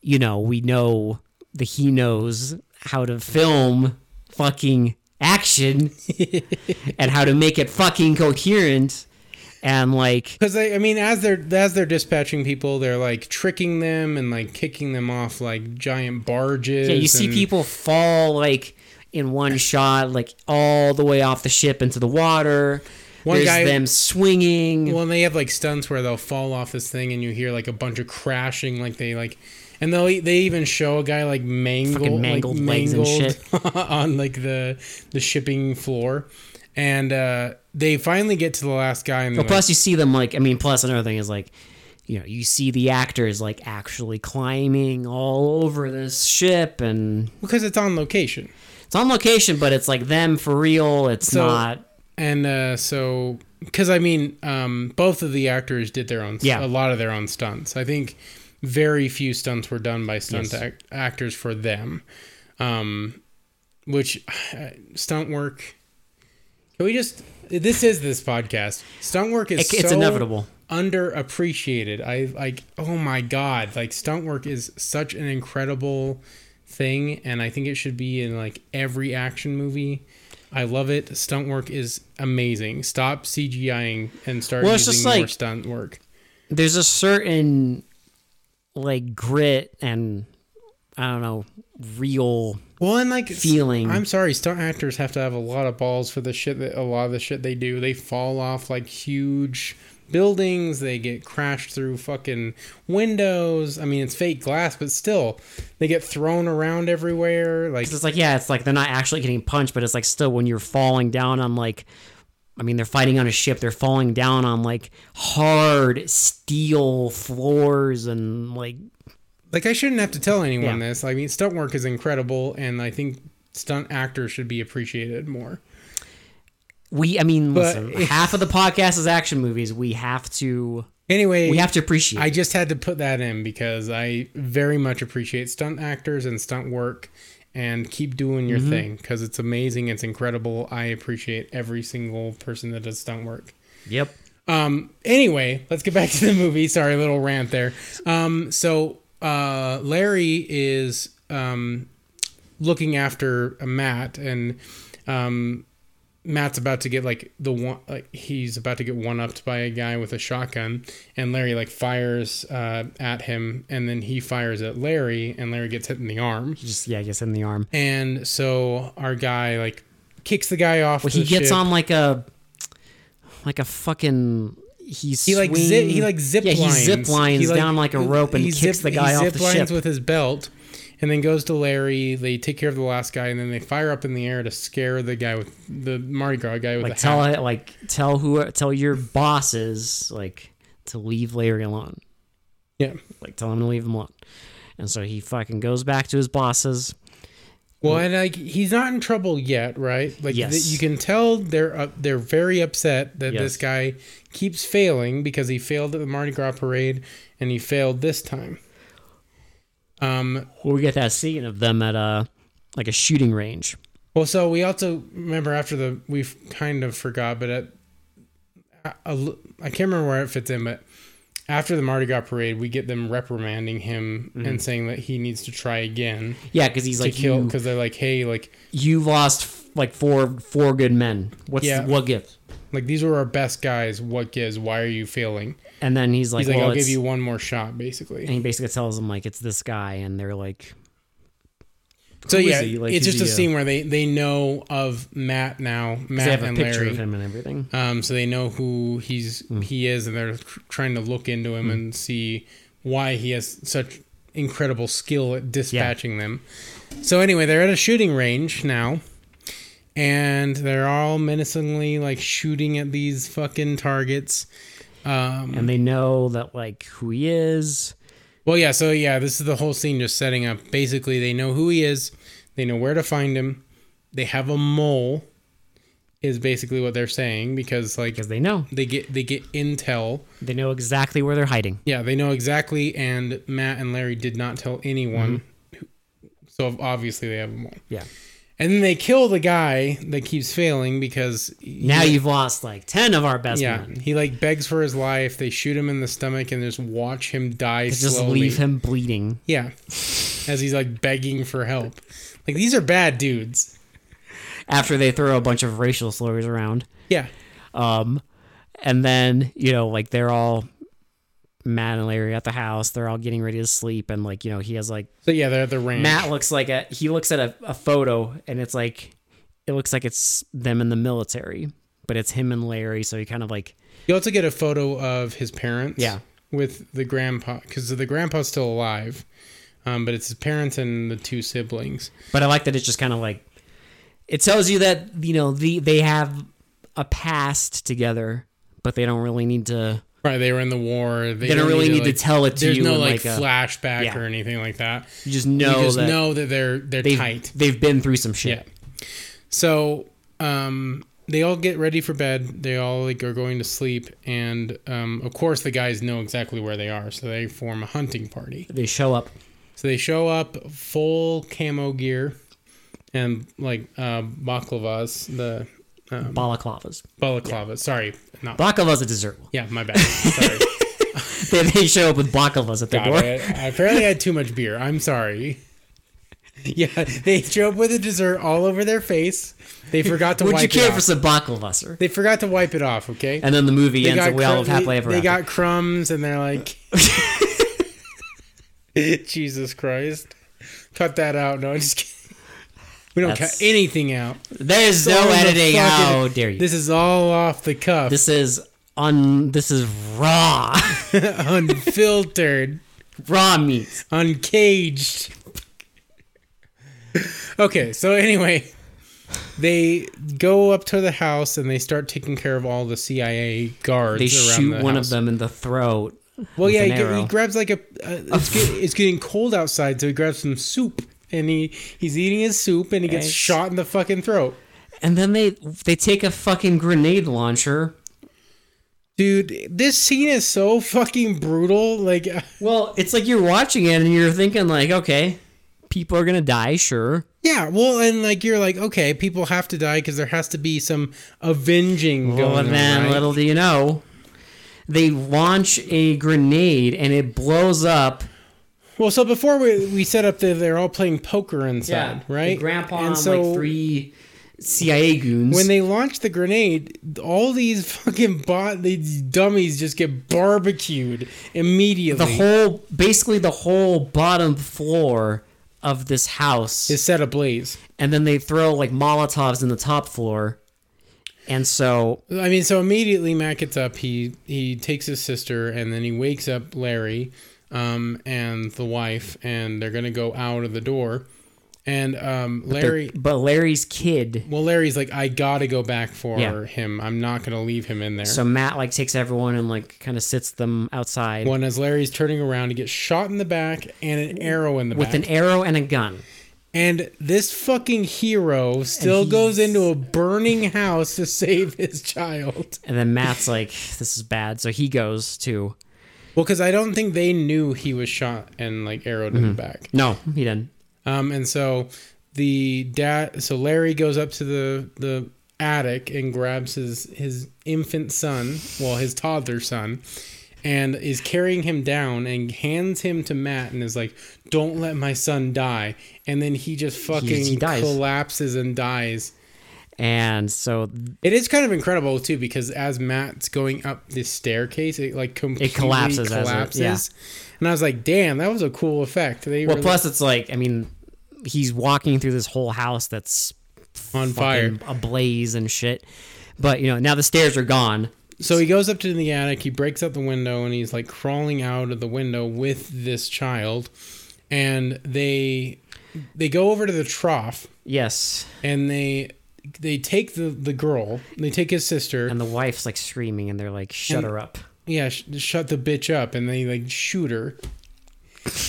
you know, we know that he knows how to film fucking action and how to make it fucking coherent, and like
Because I, I mean, as they're as they're dispatching people, they're like tricking them and like kicking them off like giant barges.
yeah, you see
and-
people fall like in one shot, like all the way off the ship into the water.
One
There's
guy-
them swinging.
Well, and they have like stunts where they'll fall off this thing, and you hear like a bunch of crashing, like they like, and they will they even show a guy like mangled,
Fucking
like,
mangled legs and
mangled on like the the shipping floor, and uh, they finally get to the last guy, and they're
Well, Oh, plus you see them like I mean, plus another thing is like, you know, you see the actors like actually climbing all over this ship, and
like- because it's on location,
it's on location, but it's like them for real. It's
So-
not.
and uh, so because I mean, um, both of the actors did their own,
Yeah.
a lot of their own stunts. I think very few stunts were done by stunt
Yes.
ac- actors for them, um, which uh, stunt work. Can we just? This is this podcast. Stunt work is
It- it's
so
inevitable.
underappreciated. I like. Oh my god! Like stunt work is such an incredible thing, and I think it should be in like every action movie. I love it. Stunt work is amazing. Stop CGIing and start
Well, it's
using
just
more
like-
stunt work.
There's a certain like grit and I don't know real.
Well, and like s-
feeling.
I'm sorry, stunt actors have to have a lot of balls for the shit that a lot of the shit they do. They fall off like huge buildings. They get crashed through fucking windows. I mean, it's fake glass, but still, they get thrown around everywhere. Like,
'cause It's like yeah, it's like they're not actually getting punched, but it's like still when you're falling down on like. I mean, they're fighting on a ship. They're falling down on like hard steel floors and like
like I shouldn't have to tell anyone
Yeah.
this. I mean, stunt work is incredible, and I think stunt actors should be appreciated more.
we i mean
But-
listen half of the podcast is action movies we have to
Anyway,
we have to appreciate
I just had to put that in because I very much appreciate stunt actors and stunt work and keep doing your thing because it's amazing. It's incredible. I appreciate every single person that does stunt work.
yep
Um, anyway, let's get back to the movie. Sorry, little rant there. Um, so uh, Larry is um, looking after uh, Matt, and um, Matt's about to get like the one. Like, he's about to get one upped by a guy with a shotgun, and Larry like fires uh, at him, and then he fires at Larry, and Larry gets hit in the arm.
just yeah gets in the arm
And so our guy like kicks the guy off.
well he
the
gets
ship.
on like a like a fucking he's
He like zip, he like zip
yeah he
lines.
zip lines
He, like,
down like a rope and
he
kicks
zip-
the guy
he
off
zip
the
lines
ship
with his belt, and then goes to Larry. They take care of the last guy, and then they fire up in the air to scare the guy with the Mardi Gras guy with
like
the
tell
hat.
it like tell who tell your bosses like to leave larry alone
Yeah.
like tell him to leave him alone and so he fucking goes back to his bosses
Well, and like he's not in trouble yet, right? Like
Yes.
th- you can tell they're up, they're very upset that this
Yes.
guy keeps failing because he failed at the Mardi Gras parade and he failed this time. Um,
Well, we get that scene of them at a like a shooting range.
Well, so we also remember after the we've kind of forgot, but at I I can't remember where it fits in, but after the Mardi Gras parade, we get them reprimanding him and saying that he needs to try again
Yeah, because he's
to
Mm-hmm. like
kill
you,
because they're like, hey, like
you've lost f- like four four good men. What's
Yeah.
what gives?
like these were our best guys. What gives? Why are you failing?
And then he's like,
He's like,
well,
I'll
it's-
give you one more shot, basically.
and he basically tells him like it's this guy, and they're like,
So
is
yeah,
he? Like,
it's
is
just a
he a-
scene where they they know of Matt now,
they
Matt
have a
and
picture of
Larry.
him and everything.
Um, so they know who he's he is, and they're tr- trying to look into him and see why he has such incredible skill at dispatching them. So anyway, they're at a shooting range now, and they're all menacingly like shooting at these fucking targets.
and they know that like who he is.
Well, yeah, so yeah, this is the whole scene just setting up. Basically, they know who he is, they know where to find him, they have a mole, is basically what they're saying because like
because they know
they get they get intel.
they know exactly where they're hiding.
Yeah, they know exactly, and Matt and Larry did not tell anyone.
Mm-hmm.
So obviously they have a mole,
Yeah.
and then they kill the guy that keeps failing because
Now you've lost like ten of our best
yeah
men.
he like begs for his life. They shoot him in the stomach and just watch him die.
Just
slowly.
leave him bleeding.
Yeah. As he's like begging for help. Like these are bad dudes.
After they throw a bunch of racial slurs around,
Yeah.
um, and then you know like they're all Matt and Larry at the house. They're all getting ready to sleep, and like you know he has like
So yeah, they're at the ranch.
Matt looks like a he looks at a, a photo and it's like it looks like it's them in the military, but it's him and Larry. So he kind of like
You also get a photo of his parents.
Yeah.
With the grandpa, because the grandpa's still alive, um, but it's his parents and the two siblings.
But I like that it's just kind of like it tells you that you know the they have a past together, but they don't really need to.
Right, they were in the war.
They don't really need to
like-
tell it to
There's
you
no
in,
like,
like, a-
flashback
Yeah.
or anything like that.
You just know
you just
that
know that they're they're
they've
tight.
they've been through some shit.
Yeah. So um, they all get ready for bed. They all like are going to sleep, and um, of course the guys know exactly where they are, so they form a hunting party.
They show up.
So they show up full camo gear and like uh, baklavas, the
Balaclavas.
balaclava. Sorry, not
Balaclavas a dessert.
yeah, my bad. Sorry,
they, they show up with balaclavas at their
got
door.
it. I apparently had too much beer. I'm sorry. Yeah, they show up with a dessert all over their face. They forgot to
Would
wipe
you care
it off.
for some balaclavas, sir?
they forgot to wipe it off. Okay.
And then the movie
they
ends
got
and we all live
cru-
happily ever
they
after.
got crumbs and they're like jesus christ cut that out no I'm just kidding we don't
That's-
cut anything out
There's
Throw
no
the
editing.
fucking-
How dare you? This,
this is all off the cuff
is un. This is raw,
unfiltered
raw meat.
uncaged okay so anyway they go up to the house and they start taking care of all the CIA guards.
They
around
shoot
the
one
house.
of them in the throat.
Well,
with
yeah,
an
he, g-
arrow.
he grabs like a. Uh, it's, get, it's getting cold outside, so he grabs some soup and he he's eating his soup and he gets
Nice.
shot in the fucking throat.
and then they they take a fucking grenade launcher.
Dude, this scene is so fucking brutal. Like, uh,
Well, it's like you're watching it and you're thinking like, okay, people are gonna die, sure.
yeah, well, and like you're like, okay, people have to die because there has to be some avenging going
Well,
on.
and then
right?
little do you know, they launch a grenade and it blows up.
Well, so before we we set up that they're all playing poker inside, right?
The grandpa
and
and,
so
like three CIA goons.
when they launch the grenade, all these fucking bot these dummies just get barbecued immediately.
the whole basically the whole bottom floor of this house
is set ablaze.
and then they throw like molotovs in the top floor and so
I mean, so immediately Matt gets up. He he takes his sister, and then he wakes up Larry, um, and the wife, and they're gonna go out of the door. And um, Larry,
but larry's kid
well, Larry's like, I gotta go back for
Yeah.
him. I'm not gonna leave him in there.
So Matt like takes everyone and like kind of sits them outside
when as Larry's turning around, he gets shot in the back and an arrow in the
with
back.
an arrow and a gun.
and this fucking hero still
he's-
goes into a burning house to save his child.
And then Matt's like, "This is bad," so he goes too.
Well, because I don't think they knew he was shot and like arrowed in the back.
No, he didn't.
Um, and so the dad, so Larry goes up to the the attic and grabs his his infant son, well, his toddler son, and is carrying him down and hands him to Matt and is like, "Don't let my son die." And then he just fucking
he dies.
collapses and dies.
And so
It is kind of incredible too because as Matt's going up this staircase, it like completely
collapses
collapses.
as it-
And I was like, "Damn, that was a cool effect." They
well,
were
plus it's like I mean, he's walking through this whole house that's
on fire.
fucking ablaze and shit. But you know, now the stairs are gone.
So he goes up to the attic, he breaks out the window, and he's like crawling out of the window with this child. And they they go over to the trough
Yes,
and they they take the the girl, they take his sister,
and the wife's like screaming, and they're like, "Shut her up."
yeah, sh- shut the bitch up, and they like shoot her.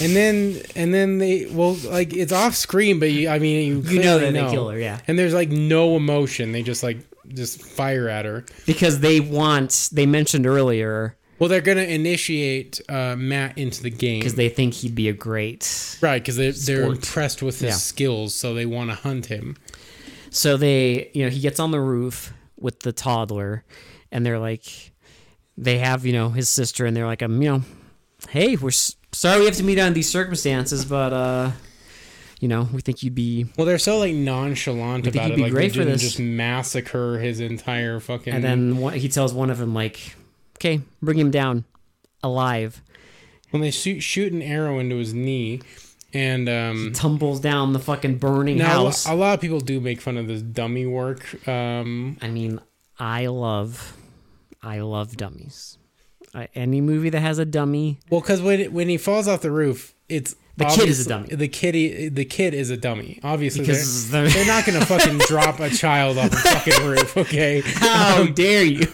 And then and then they well like it's off screen, but you, I mean you,
You know that
clearly
they kill her, yeah.
And there's like no emotion; they just like just fire at her.
Because they want. They mentioned earlier
Well, they're gonna initiate uh, Matt into the game
because they think he'd be a great.
Right, because they, they're
Sport.
impressed with his
Yeah.
skills, so they want to hunt him.
So they, you know, he gets on the roof with the toddler, and they're like, they have you know his sister, and they're like, um, you know, hey, we're s- sorry we have to meet under these circumstances, but uh, you know, we think you'd be
Well, they're so like nonchalant
think
about
he'd
it.
be
Like
great
they
for
didn't
this.
just massacre his entire fucking.
And then one, he tells one of them, like, okay, bring him down alive.
when they shoot, shoot an arrow into his knee, and um,
Tumbles down the fucking burning
now a lo-
house.
a lot of people do make fun of this dummy work. Um,
I mean, I love, I love dummies. I, any movie that has a dummy,
well, because when when he falls off the roof, it's
The kid is a
obviously-
dummy.
The kid the kid is a dummy. Obviously,
Because
they're,
the-
they're not gonna fucking drop a child off a fucking roof. Okay,
how dare you?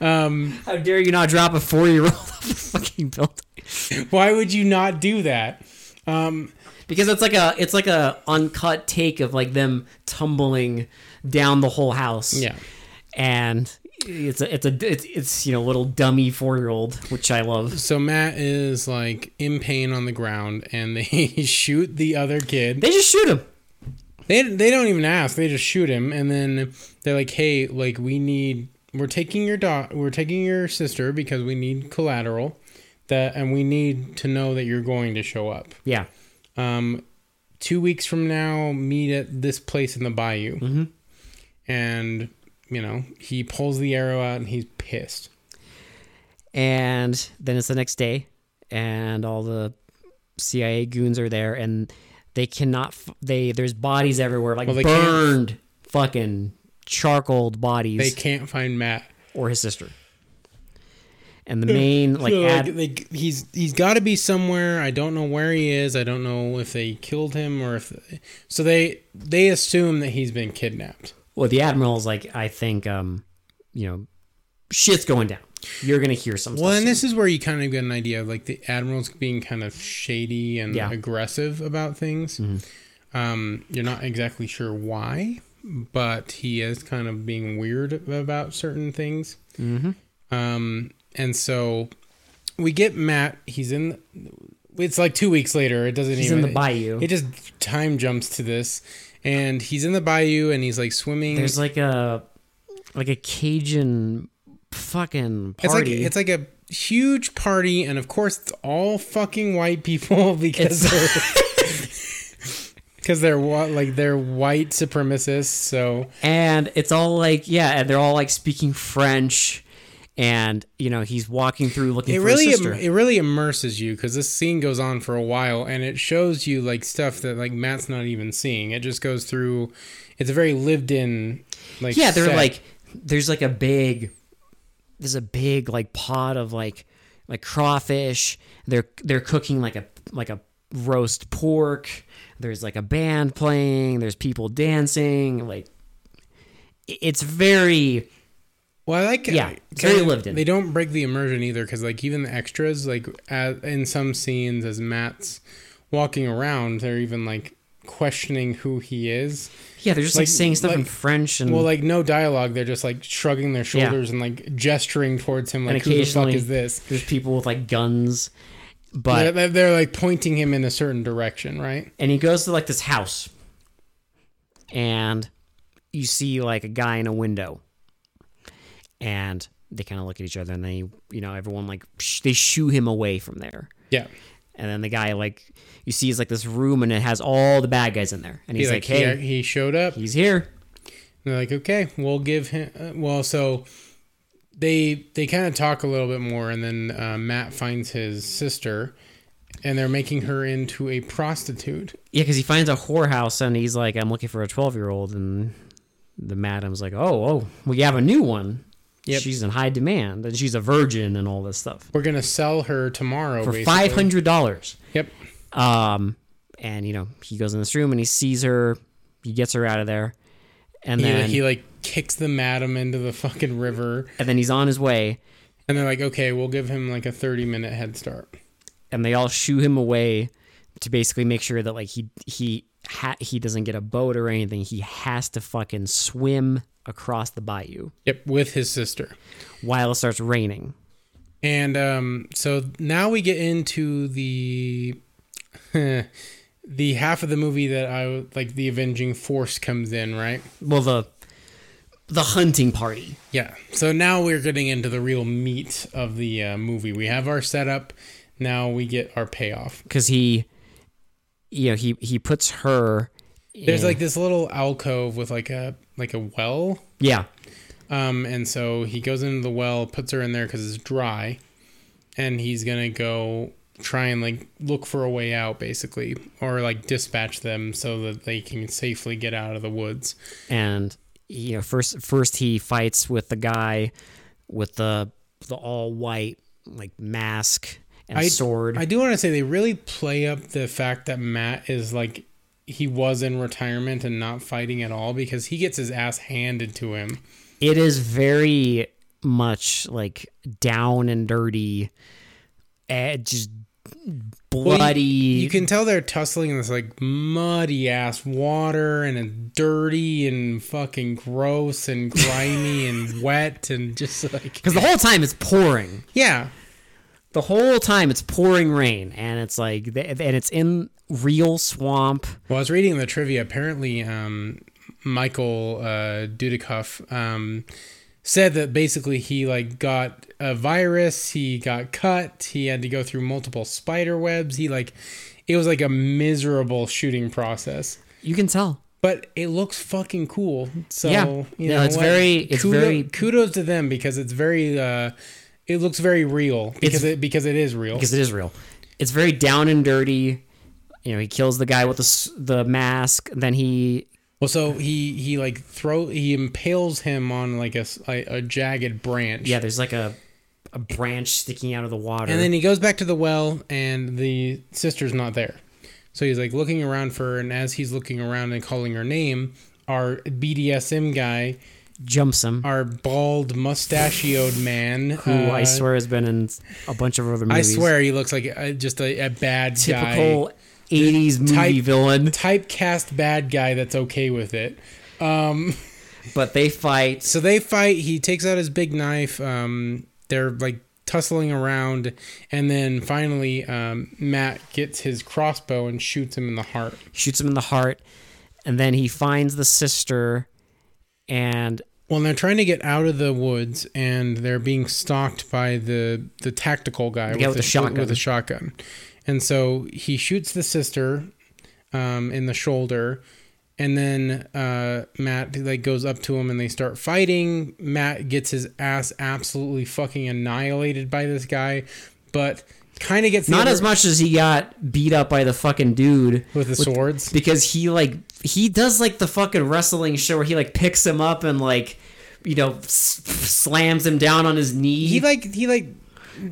Um, how dare you not drop a four-year-old off the fucking building?
why would you not do that? Um,
Because it's like a, it's like a uncut take of like them tumbling down the whole house.
Yeah.
and it's a it's a it's, it's you know little dummy four year old which I love.
So Matt is like in pain on the ground, and they shoot the other kid.
They just shoot him.
They they don't even ask; they just shoot him, and then they're like, "Hey, like we need we're taking your dot we're taking your sister because we need collateral that and we need to know that you're going to show up.
Yeah,
Um, two weeks from now, meet at this place in the bayou, mm-hmm. and you know he pulls the arrow out and he's pissed.
and then it's the next day, and all the CIA goons are there, and they cannot. f- They there's bodies everywhere, like
Well, they can't-
burned, fucking charcoaled bodies,
They can't find Matt.
or his sister. And the main like,
So,
ad,
like, he's he's got to be somewhere. I don't know where he is. I don't know if they killed him or if so they they assume that he's been kidnapped.
well the admiral's like I think um you know shit's going down. You're gonna hear some
Well,
stuff.
and this is where you kind of get an idea of like the admiral's being kind of shady and
Yeah. Mm-hmm.
aggressive about things. Um, you're not exactly sure why, but he is kind of being weird about certain things. Mm-hmm. Um, and so we get Matt. He's in. It's like two weeks later. It doesn't
He's in
even.
the bayou.
It just time jumps to this, and he's in the bayou and he's like swimming.
There's like a like a Cajun fucking
it's like
party.
it's like a huge party, and of course it's all fucking white people because they're because they're what like they're white supremacists. So
and it's all like yeah, and they're all like speaking French, and you know he's walking through looking
it
for
really
his
im-
sister.
it really immerses you because this scene goes on for a while, and it shows you like stuff that like Matt's not even seeing. It just goes through. It's a very lived in. Like
yeah, they're
set.
like there's like a big there's a big like pot of like like crawfish. They're they're cooking like a like a roast pork. There's like a band playing. There's people dancing. Like it- it's very
Well, I like
Yeah,
I-
it's very
kinda-
lived in.
They don't break the immersion either because, like, even the extras, like, as, in some scenes, as Matt's walking around, they're even like questioning who he is.
yeah. They're just like,
Like-
saying stuff in
like-
French and
Well, like, no dialogue. They're just like shrugging their shoulders and like gesturing towards him, like,
and
"Who the
occasionally
fuck is this?"
There's people with like guns,
They're,
but
they're, they're, like pointing him in a certain direction, right?
and he goes to like this house, and you see like a guy in a window, and they kind of look at each other and they, you know, everyone like sh- they shoo him away from there.
Yeah.
And then the guy like you see is like this room and it has all the bad guys in there, and he's
He's
like,
like,
hey,
he, he showed up.
he's here.
And they're like, okay, we'll give him. uh, Well, so they they kind of talk a little bit more, and then uh, Matt finds his sister, and they're making her into a prostitute.
Yeah, because he finds a whorehouse and he's like, I'm looking for a 12 year old. And the madam's like, Oh, oh, we have a new one. Yeah,
Yep.
She's in high demand and she's a virgin and all this stuff
We're gonna sell her tomorrow
for
basically.
$500.
Yep.
Um, and, you know, he goes in this room and he sees her. He gets her out of there. And
He,
then,
he like kicks the madam into the fucking river,
and then he's on his way.
and they're like, okay, we'll give him like a thirty minute head start.
and they all shoo him away to basically make sure that like he he ha- he doesn't get a boat or anything. He has to fucking swim across the bayou
Yep, with his sister.
while it starts raining.
And um, so now we get into the the half of the movie that I like. The avenging force comes in, right?
Well, the the hunting party.
Yeah. So now we're getting into the real meat of the uh, movie. We have our setup. Now we get our payoff.
because he, you know, he he puts her.
There's
in-
like this little alcove with like a like a well,
yeah,
um, and so he goes into the well, puts her in there because it's dry, and he's gonna go try and like look for a way out, basically, or like dispatch them so that they can safely get out of the woods.
and you know first first he fights with the guy with the the all white like mask and
I-
sword.
I do want to say they really play up the fact that Matt is like he was in retirement and not fighting at all because he gets his ass handed to him.
it is very much like down and dirty eh, just
Well, you-
bloody
You can tell they're tussling in this like muddy ass water and it's dirty and fucking gross and grimy and wet and just like
because the whole time it's pouring
yeah.
the whole time it's pouring rain and it's like th- and it's in real swamp
Well, I was reading the trivia. Apparently, um, Michael uh, Dudikoff um, said that basically he like got a virus. He got cut. He had to go through multiple spider webs. He like it was like a miserable shooting process.
you can tell
But it looks fucking cool. So
Yeah.
you
No,
know
it's
what?
very- it's
kudos,
very-
kudos to them because it's very uh, it looks very real because it because it is real.
because it is real it's very down and dirty you know he kills the guy with the s- the mask then he
Well, so he he like throw he impales him on like a s- a, a jagged branch.
yeah there's like a a branch sticking out of the water
And then he goes back to the well, and the sister's not there. So he's like looking around for her, and as he's looking around and calling her name, our BDSM guy,
jumps him
our bald mustachioed man, uh,
who i swear has been in a bunch of other
I
movies
swear he looks like a, just a, a bad guy,
typical 80s movie
type-
villain
typecast bad guy that's okay with it. Um,
but they fight
So they fight. He takes out his big knife. Um, they're like tussling around, and then finally, um, Matt gets his crossbow and shoots him in the heart.
shoots him in the heart and then he finds the sister and
Well, they're trying to get out of the woods, and they're being stalked by the the tactical guy,
guy with the shotgun.
With a shotgun, and so he shoots the sister um, in the shoulder, and then uh, Matt like goes up to him, and they start fighting. Matt gets his ass absolutely fucking annihilated by this guy, but kind of gets the
not
upper-
as much as he got beat up by the fucking dude
with the swords.
because he like he does like the fucking wrestling show where he like picks him up and like you know s- slams him down on his knee
He like he like.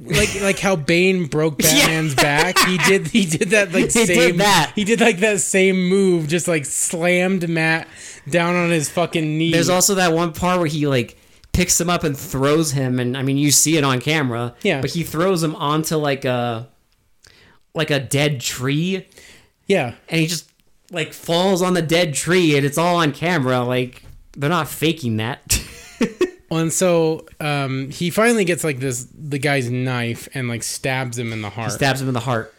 like like how Bane broke Batman's back, he did he did that like
He
same
did that.
he did like that same move, just like slammed Matt down on his fucking knee.
there's also that one part where he like picks him up and throws him and i mean you see it on camera
Yeah.
but he throws him onto like a like a dead tree
yeah,
and he just like falls on the dead tree and it's all on camera like they're not faking that
and so um, he finally gets like this the guy's knife and like stabs him in the heart.
stabs him in the heart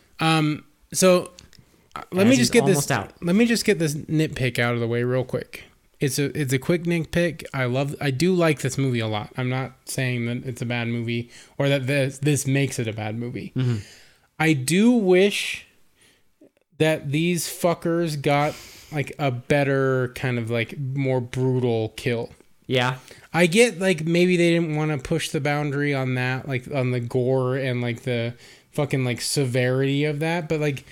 so uh,
As
let me
he's
just get this
almost out.
let me just get this nitpick out of the way real quick. It's a it's a quick nitpick. I love I do like this movie a lot. I'm not saying that it's a bad movie or that this this makes it a bad movie.
Mm-hmm.
I do wish that these fuckers got like a better kind of like more brutal kill.
Yeah.
I get like maybe they didn't want to push the boundary on that, like on the gore and like the fucking like severity of that, but like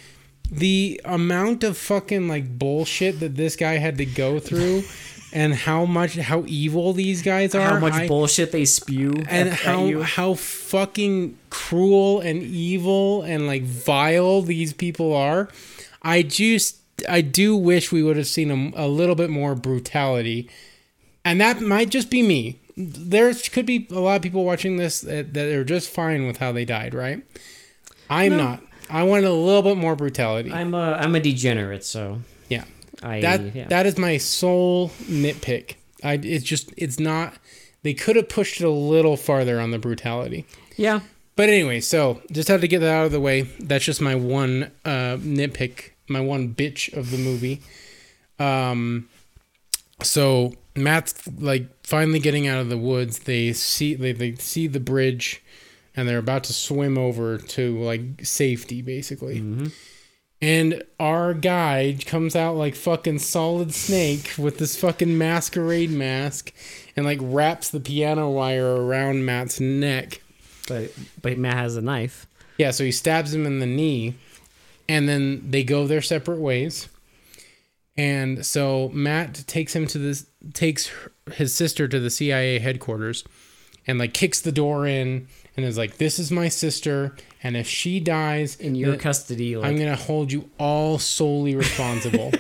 the amount of fucking like bullshit that this guy had to go through and how much how evil these guys are.
How much
I-
bullshit they spew at,
and
at
how
you.
how fucking cruel and evil and like vile these people are. I just I do wish we would have seen a, a little bit more brutality, and that might just be me. There could be a lot of people watching this that, that are just fine with how they died, right? I'm not. I wanted a little bit more brutality.
I'm a I'm a degenerate, so
yeah,
I
that
yeah.
that is my sole nitpick. I it's just it's not. They could have pushed it a little farther on the brutality.
yeah.
But anyway, so just had to get that out of the way. That's just my one uh, nitpick, my one bitch of the movie. Um, so Matt's like finally getting out of the woods. They see they, they see the bridge, and they're about to swim over to like safety, basically. And our guy comes out like fucking solid snake with this fucking masquerade mask, and like wraps the piano wire around Matt's neck.
But but Matt has a knife.
Yeah, so he stabs him in the knee, and then they go their separate ways. And so Matt takes him to this, takes her- his sister to the CIA headquarters, and like kicks the door in, and is like, "This is my sister, and if she dies,
In your
then
custody, like
I'm gonna hold you all solely responsible."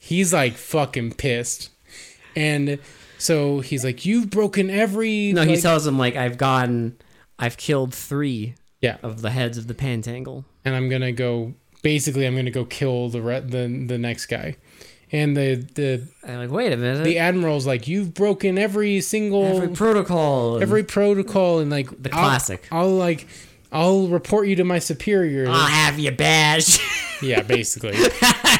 he's like fucking pissed, and so he's like, "You've broken every."
No, he
like-
tells him like I've gotten I've killed three
yeah,
of the heads of the Pantangle.
and I'm gonna go. Basically, I'm gonna go kill the re- the the next guy, and the the
I'm like, wait a minute.
the admiral's like, you've broken every single
Uh, every
every,
protocol. and
protocol and like the
classic. Ah.
I'll, I'll like, I'll report you to my superior.
I'll have you badge.
Yeah, basically.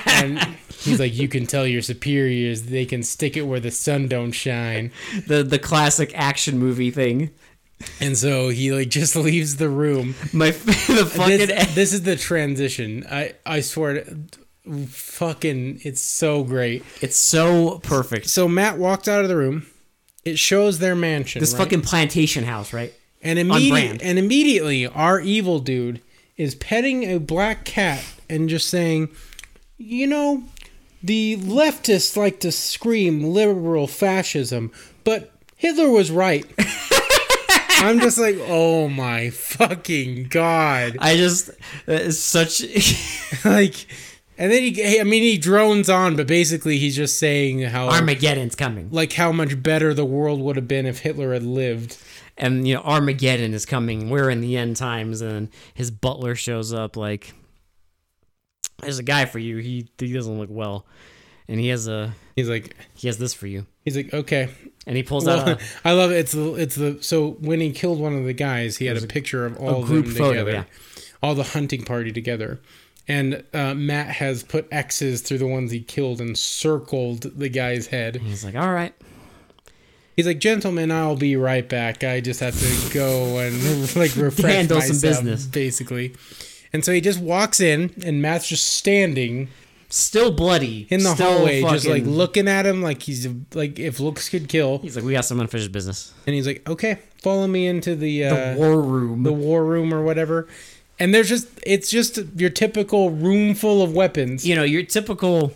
and he's like, you can tell your superiors they can stick it where the sun don't shine.
the the classic action movie thing.
And so he like just leaves the room.
My f- the fucking e-,
this, this is the transition. I I swear, to, fucking, it's so great.
it's so perfect.
So Matt walked out of the room. It shows their mansion.
This
right?
fucking plantation house, right?
and
brand.
immediately and immediately our evil dude is petting a black cat and just saying, you know, the leftists like to scream liberal fascism, but Hitler was right. I'm just like, oh my fucking god!
I just that is such
Like, and then he, I mean, he drones on, but basically he's just saying how,
Armageddon's coming,
like, how much better the world would have been if Hitler had lived.
and you know Armageddon is coming. We're in the end times, and his butler shows up like, "There's a guy for you. He he doesn't look well, and he has a
He's like,
he has this for you."
he's like, okay,
And he pulls out
Well,
a,
I love it. It's the, it's the so when he killed one of the guys, he had a picture of all of
group
them
photo,
together,
yeah.
all the hunting party together, and uh, Matt has put X's through the ones he killed and circled the guy's head.
he's like, "All right."
He's like, "Gentlemen, I'll be right back. I just have to go and like refresh
Handle some
myself,
business."
basically." And so he just walks in, and Matt's just standing
Still bloody
in the
still
hallway, just like
fucking-
looking at him, like he's like if looks could kill.
He's like, "We got some unfinished business."
And he's like, "Okay, follow me into the uh,
the war room.
the war room or whatever. And there's just it's just your typical room full of weapons.
you know, your typical.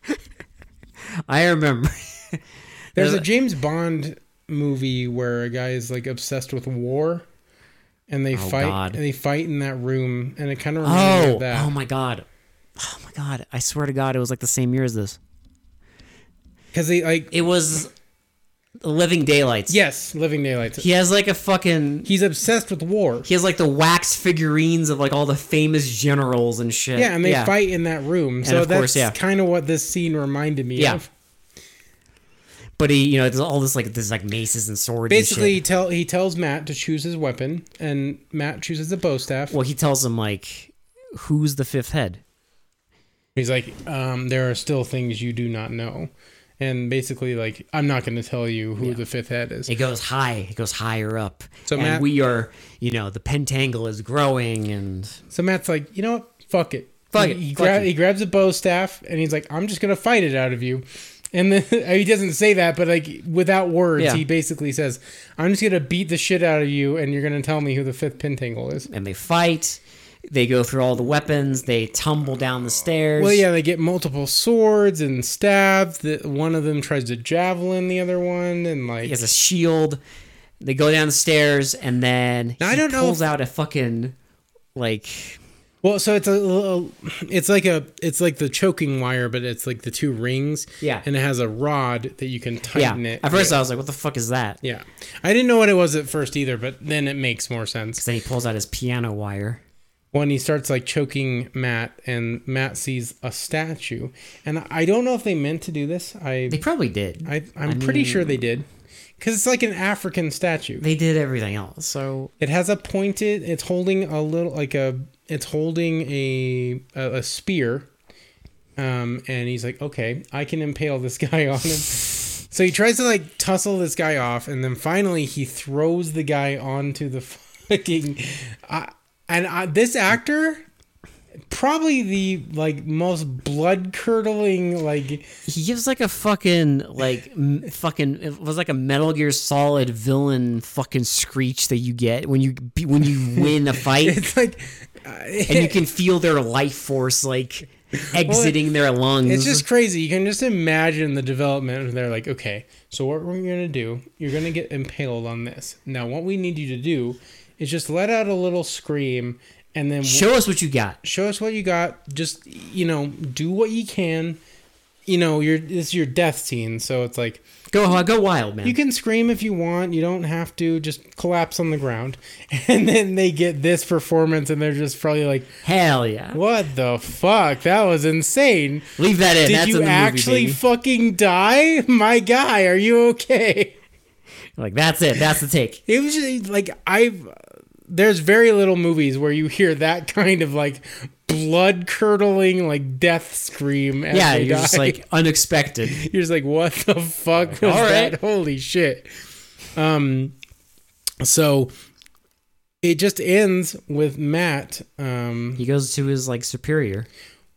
I remember.
There's a James Bond movie where a guy is like obsessed with war and they fight
Oh, God.
and they fight in that room and it kind of reminds me
Oh,
of that.
oh my god. Oh my god. I swear to god it was like the same year as this.
Cuz they like
It was Living Daylights.
yes, Living Daylights.
He has like a fucking
He's obsessed with war.
he has like the wax figurines of like all the famous generals and shit.
Yeah, and they fight in that room. So
of
that's
course, yeah.
kind of what this scene reminded me
Yeah.
of.
But he, you know, there's all this like there's like maces and swords. and
Basically, he
shit.
tell he tells Matt to choose his weapon and Matt chooses the bow staff.
well, he tells him like, "Who's the fifth head?"
He's like, um, there are still things you do not know, and basically like I'm not going to tell you who the fifth head is.
It goes high. It goes higher up.
So,
and
Matt-
we are, you know, the pentangle is growing, and
So Matt's like, you know what? Fuck it.
Fuck
he,
it.
He,
Fuck
gra-
you.
he grabs a bow staff and he's like, I'm just gonna fight it out of you. And then he doesn't say that, but like without words,
Yeah.
he basically says, I'm just gonna beat the shit out of you and you're gonna tell me who the fifth pentangle is.
and they fight. They go through all the weapons. They tumble down the stairs.
Well, yeah, they get multiple swords and stabs. The, one of them tries to javelin the other one, and like
He has a shield. They go down the stairs, and then
Now,
he
I don't know
pulls
if-
out a fucking like
Well, so it's a, little- it's like a, it's like the choking wire, but it's like the two rings.
Yeah.
and it has a rod that you can
yeah.
tighten it.
At first,
with.
I was like, "What the fuck is that?"
yeah, I didn't know what it was at first either, but then it makes more sense.
Then he pulls out his piano wire.
When he starts like choking Matt, and Matt sees a statue, and I don't know if they meant to do this. I,
They probably did.
I, I'm pretty sure they did, because it's like an African statue.
they did everything else. So
It has a pointed. It's holding a little like a. It's holding a a, a spear, um, and he's like, "Okay, I can impale this guy on him." so he tries to like tussle this guy off, and then finally he throws the guy onto the fucking. I and I, this actor, probably the like most blood curdling like.
he gives like a fucking like m- fucking it was like a Metal Gear Solid villain fucking screech that you get when you be- when you win a fight
It's like.
and you can feel their life force like exiting their lungs.
It's just crazy. You can just imagine the development. They're like, okay, so what we're going to do, you're going to get impaled on this. Now, what we need you to do is just let out a little scream and then w-
show us what you got.
show us what you got. Just, you know, do what you can. You know, your this is your death scene, so it's like
Go go wild, man.
you can scream if you want. You don't have to. Just collapse on the ground, and then they get this performance, and they're just probably like,
Hell yeah.
"What the fuck? That was insane."
Leave that in.
Did
That's
you
in the
actually
Movie, baby.
fucking die? My guy, are you okay?
like that's it. That's the take.
It was just, like I've there's very little movies where you hear that kind of like blood curdling like death scream as
Yeah,
they
you're
die.
just like unexpected.
you're just like what the fuck was
All right.
that? Holy shit. Um so it just ends with Matt um
He goes to his like superior.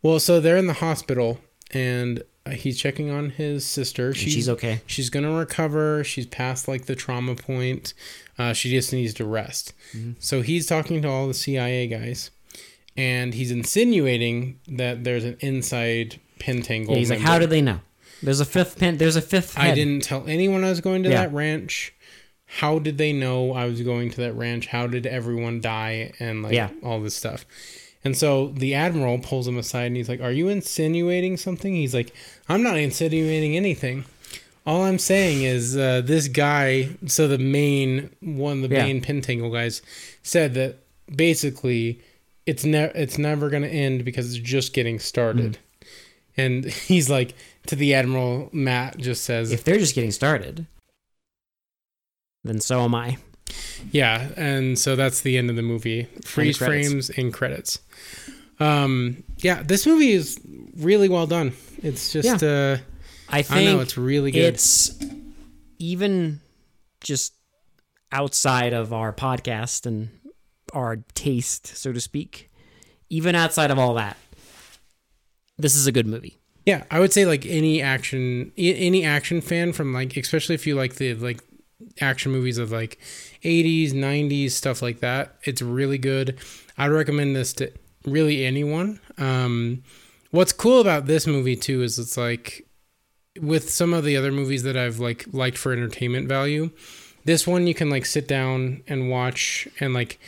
Well, so they're in the hospital and uh, he's checking on his sister. She's,
she's okay.
She's going to recover. She's past like the trauma point. Uh, she just needs to rest.
Mm-hmm.
So he's talking to all the CIA guys and he's insinuating that there's an inside pentangle.
Yeah, he's like, how do they know? There's a fifth pin. There's a fifth.
I
head."
didn't tell anyone I was going to
Yeah.
that ranch. How did they know I was going to that ranch? How did everyone die? And like
Yeah.
all this stuff. And so the admiral pulls him aside and he's like, "Are you insinuating something?" He's like, "I'm not insinuating anything. All I'm saying is uh, this guy, so the main one, of the
Yeah.
main pentangle guys, said that basically it's never it's never going to end because it's just getting started."
Hmm.
And he's like to the admiral, Matt just says,
if they're just getting started, then so am I.
Yeah, and so that's the end of the movie.
credits.
Freeze frames and credits. Um, yeah, this movie is really well done. It's just, uh,
I think
I know it's really good.
it's even just outside of our podcast and our taste, so to speak. Even outside of all that, this is a good movie.
yeah, I would say like any action, a- any action fan from like, especially if you like the like action movies of like 80s, 90s stuff like that. It's really good. I'd recommend this to really anyone. Um, what's cool about this movie too is it's like with some of the other movies that I've like liked for entertainment value, this one you can like sit down and watch and like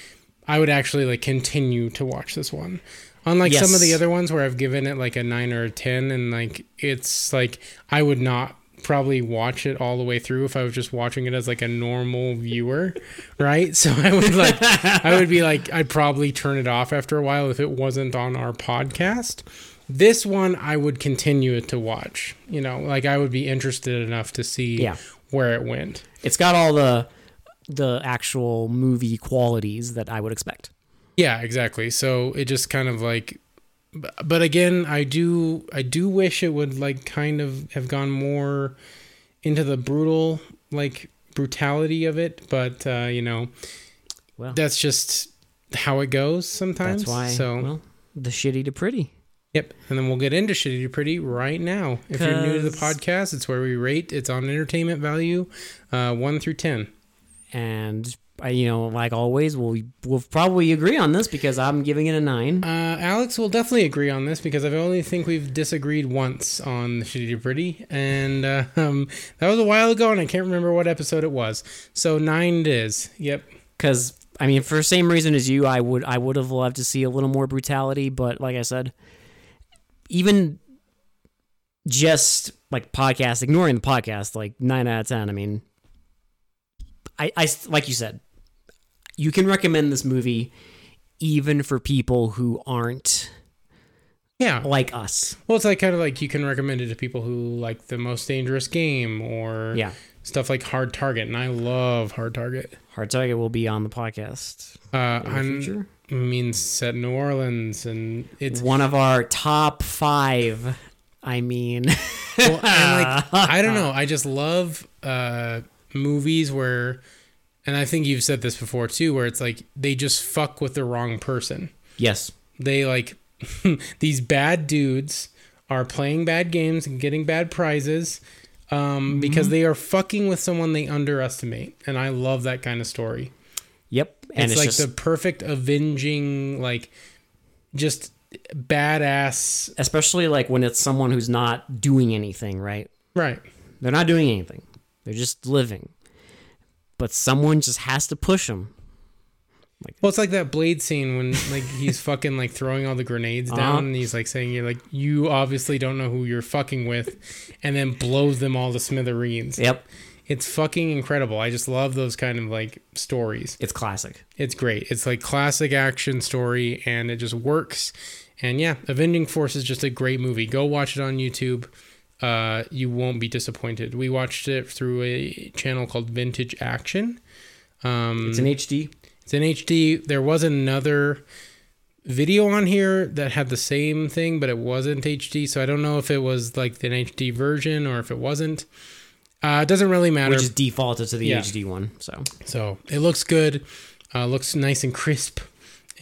I would actually like continue to watch this one. Unlike some of
Yes.
the other ones where I've given it like a 9 or a 10 and like it's like I would not probably watch it all the way through if I was just watching it as like a normal viewer, right? So I would like I would be like I'd probably turn it off after a while if it wasn't on our podcast this one I would continue to watch. You know, like I would be interested enough to see
Yeah.
where it went.
It's got all the the actual movie qualities that I would expect.
Yeah, exactly. So it just kind of like b- but again, I do I do wish it would like kind of have gone more into the brutal like brutality of it, but uh, you know,
Well.
that's just how it goes sometimes.
That's why.
So
well, the shitty to pretty.
Yep. And then we'll get into Shitty to Pretty right now. If you're new to the
'Cause-
podcast, it's where we rate. It's on entertainment value, uh, one through ten.
And I, you know, like always, we'll we'll probably agree on this because I'm giving it a nine.
Uh, Alex will definitely agree on this because I only think we've disagreed once on Shitty to Pretty, and uh, um, that was a while ago, and I can't remember what episode it was. So nine it is. Yep.
Because I mean, for the same reason as you, I would I would have loved to see a little more brutality, but like I said, even just like podcast, ignoring the podcast, like nine out of ten. I mean, I I s- like you said, you can recommend this movie even for people who aren't
Yeah.
like us.
Well, it's like kind of like you can recommend it to people who like the most dangerous game or
Yeah.
stuff like Hard Target, and I love Hard Target.
Hard Target will be on the podcast
Uh,
in the
I'm-
future.
I mean, set in New Orleans, and it's
One of our top five. I mean,
well, and like I don't know. I just love uh, movies where, and I think you've said this before too, where it's like they just fuck with the wrong person.
yes,
They like these bad dudes are playing bad games and getting bad prizes um,
Mm-hmm.
because they are fucking with someone they underestimate, and I love that kind of story.
yep, and
it's,
it's,
like
just
the perfect avenging, like just badass,
especially like when it's someone who's not doing anything. Right?
right?
They're not doing anything. They're just living, but someone just has to push them.
Well, it's like that blade scene when like he's fucking like throwing all the grenades down,
Uh-huh.
and he's like saying you're like you obviously don't know who you're fucking with, and then blows them all to smithereens.
Yep,
It's fucking incredible. I just love those kind of like stories.
it's classic.
It's great. It's like classic action story, and it just works. And yeah, Avenging Force is just a great movie. Go watch it on YouTube. Uh, you won't be disappointed. We watched it through a channel called Vintage Action.
It's
Mm-hmm.
an HD.
It's in HD. There was another video on here that had the same thing, but it wasn't HD. So I don't know if it was like an HD version or if it wasn't. Uh, it doesn't really matter.
Which is defaulted to the
Yeah.
HD one, so
so it looks good. Uh, looks nice and crisp.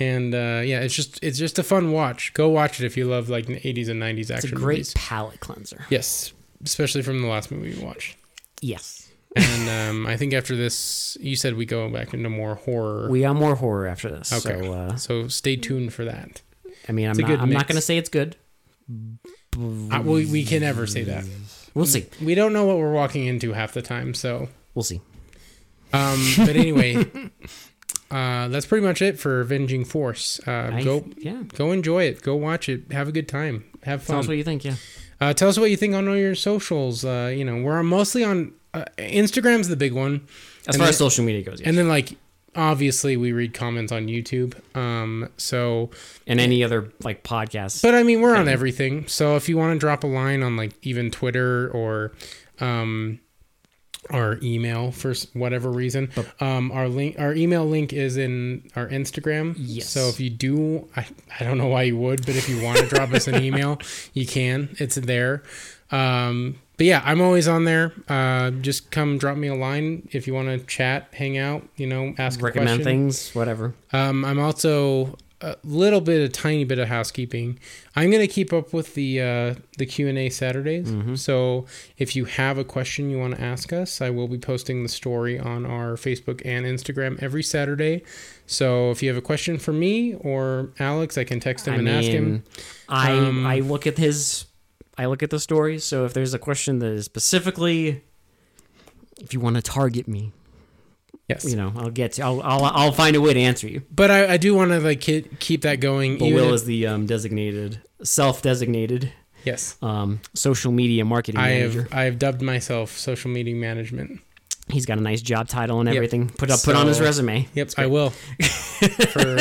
And uh, yeah, it's just it's just a fun watch. Go watch it if you love like 80s and 90s
it's
action
a great
movies.
palate cleanser.
Yes, especially from the last movie we watched.
Yes,
And um, I think after this, you said we go back into more horror.
we are more horror after this.
okay,
So, uh,
so stay tuned for that.
I mean, I'm
a
not,
good
I'm
mix.
not going to say it's good.
Uh, we, we can never say that.
We'll see.
We don't know what we're walking into half the time, so.
We'll see.
Um, but anyway, uh, that's pretty much it for Avenging Force. Uh,
I-
go,
yeah.
go enjoy it. Go watch it. Have a good time. Have
Tell
fun.
us what you think. Yeah.
Uh, tell us what you think on all your socials. Uh, you know, we're mostly on uh, Instagram's the big one,
As
And
far
then-
as social media goes, yeah.
and then like obviously we read comments on YouTube. Um, so
and any other like podcasts.
But I mean, we're on everything. So if you want to drop a line on like even Twitter or um our email for s- whatever reason, um our link our email link is in our Instagram.
Yes.
So if you do, I, I don't know why you would, but if you want to drop us an email, you can. It's there. Um but yeah, I'm always on there. Uh, just come drop me a line if you want to chat, hang out, you know, ask a
recommend
question.
things, whatever.
Um, I'm also a little bit, a tiny bit of housekeeping. I'm going to keep up with the uh, the Q and A Saturdays.
Mm-hmm.
So if you have a question you want to ask us, I will be posting the story on our Facebook and Instagram every Saturday. So if you have a question for me or Alex, I can text him
I
and
mean,
ask him. Um,
I I look at his, I look at the stories. So if there's a question that is specifically, if you want to target me,
Yes,
you know, I'll get, to, I'll, I'll I'll find a way to answer you.
but I, I do want to like ki- keep that going.
But
even
Will
if-
is the um, designated, self-designated
yes,
um, social media marketing
I
manager.
have I have dubbed myself social media management.
He's got a nice job title and
Yep.
everything. Put up, put on his
So-
resume.
Yep, I will. for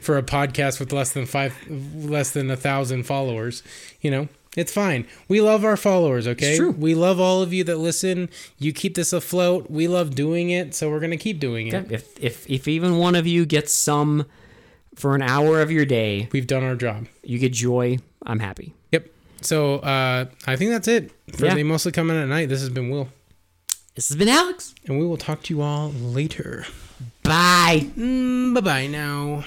for a podcast with less than five, less than a thousand followers, you know, it's fine. We love our followers. Okay,
true.
we love all of you that listen. You keep this afloat. We love doing it, so we're gonna keep doing it.
If if if even one of you gets some for an hour of your day.
We've done our job.
You get joy. I'm happy.
Yep. So uh, I think that's it for
Yeah.
They Mostly Come In at Night. This has been Will,
This has been Alex.
and we will talk to you all later.
Bye.
Mm, bye bye now.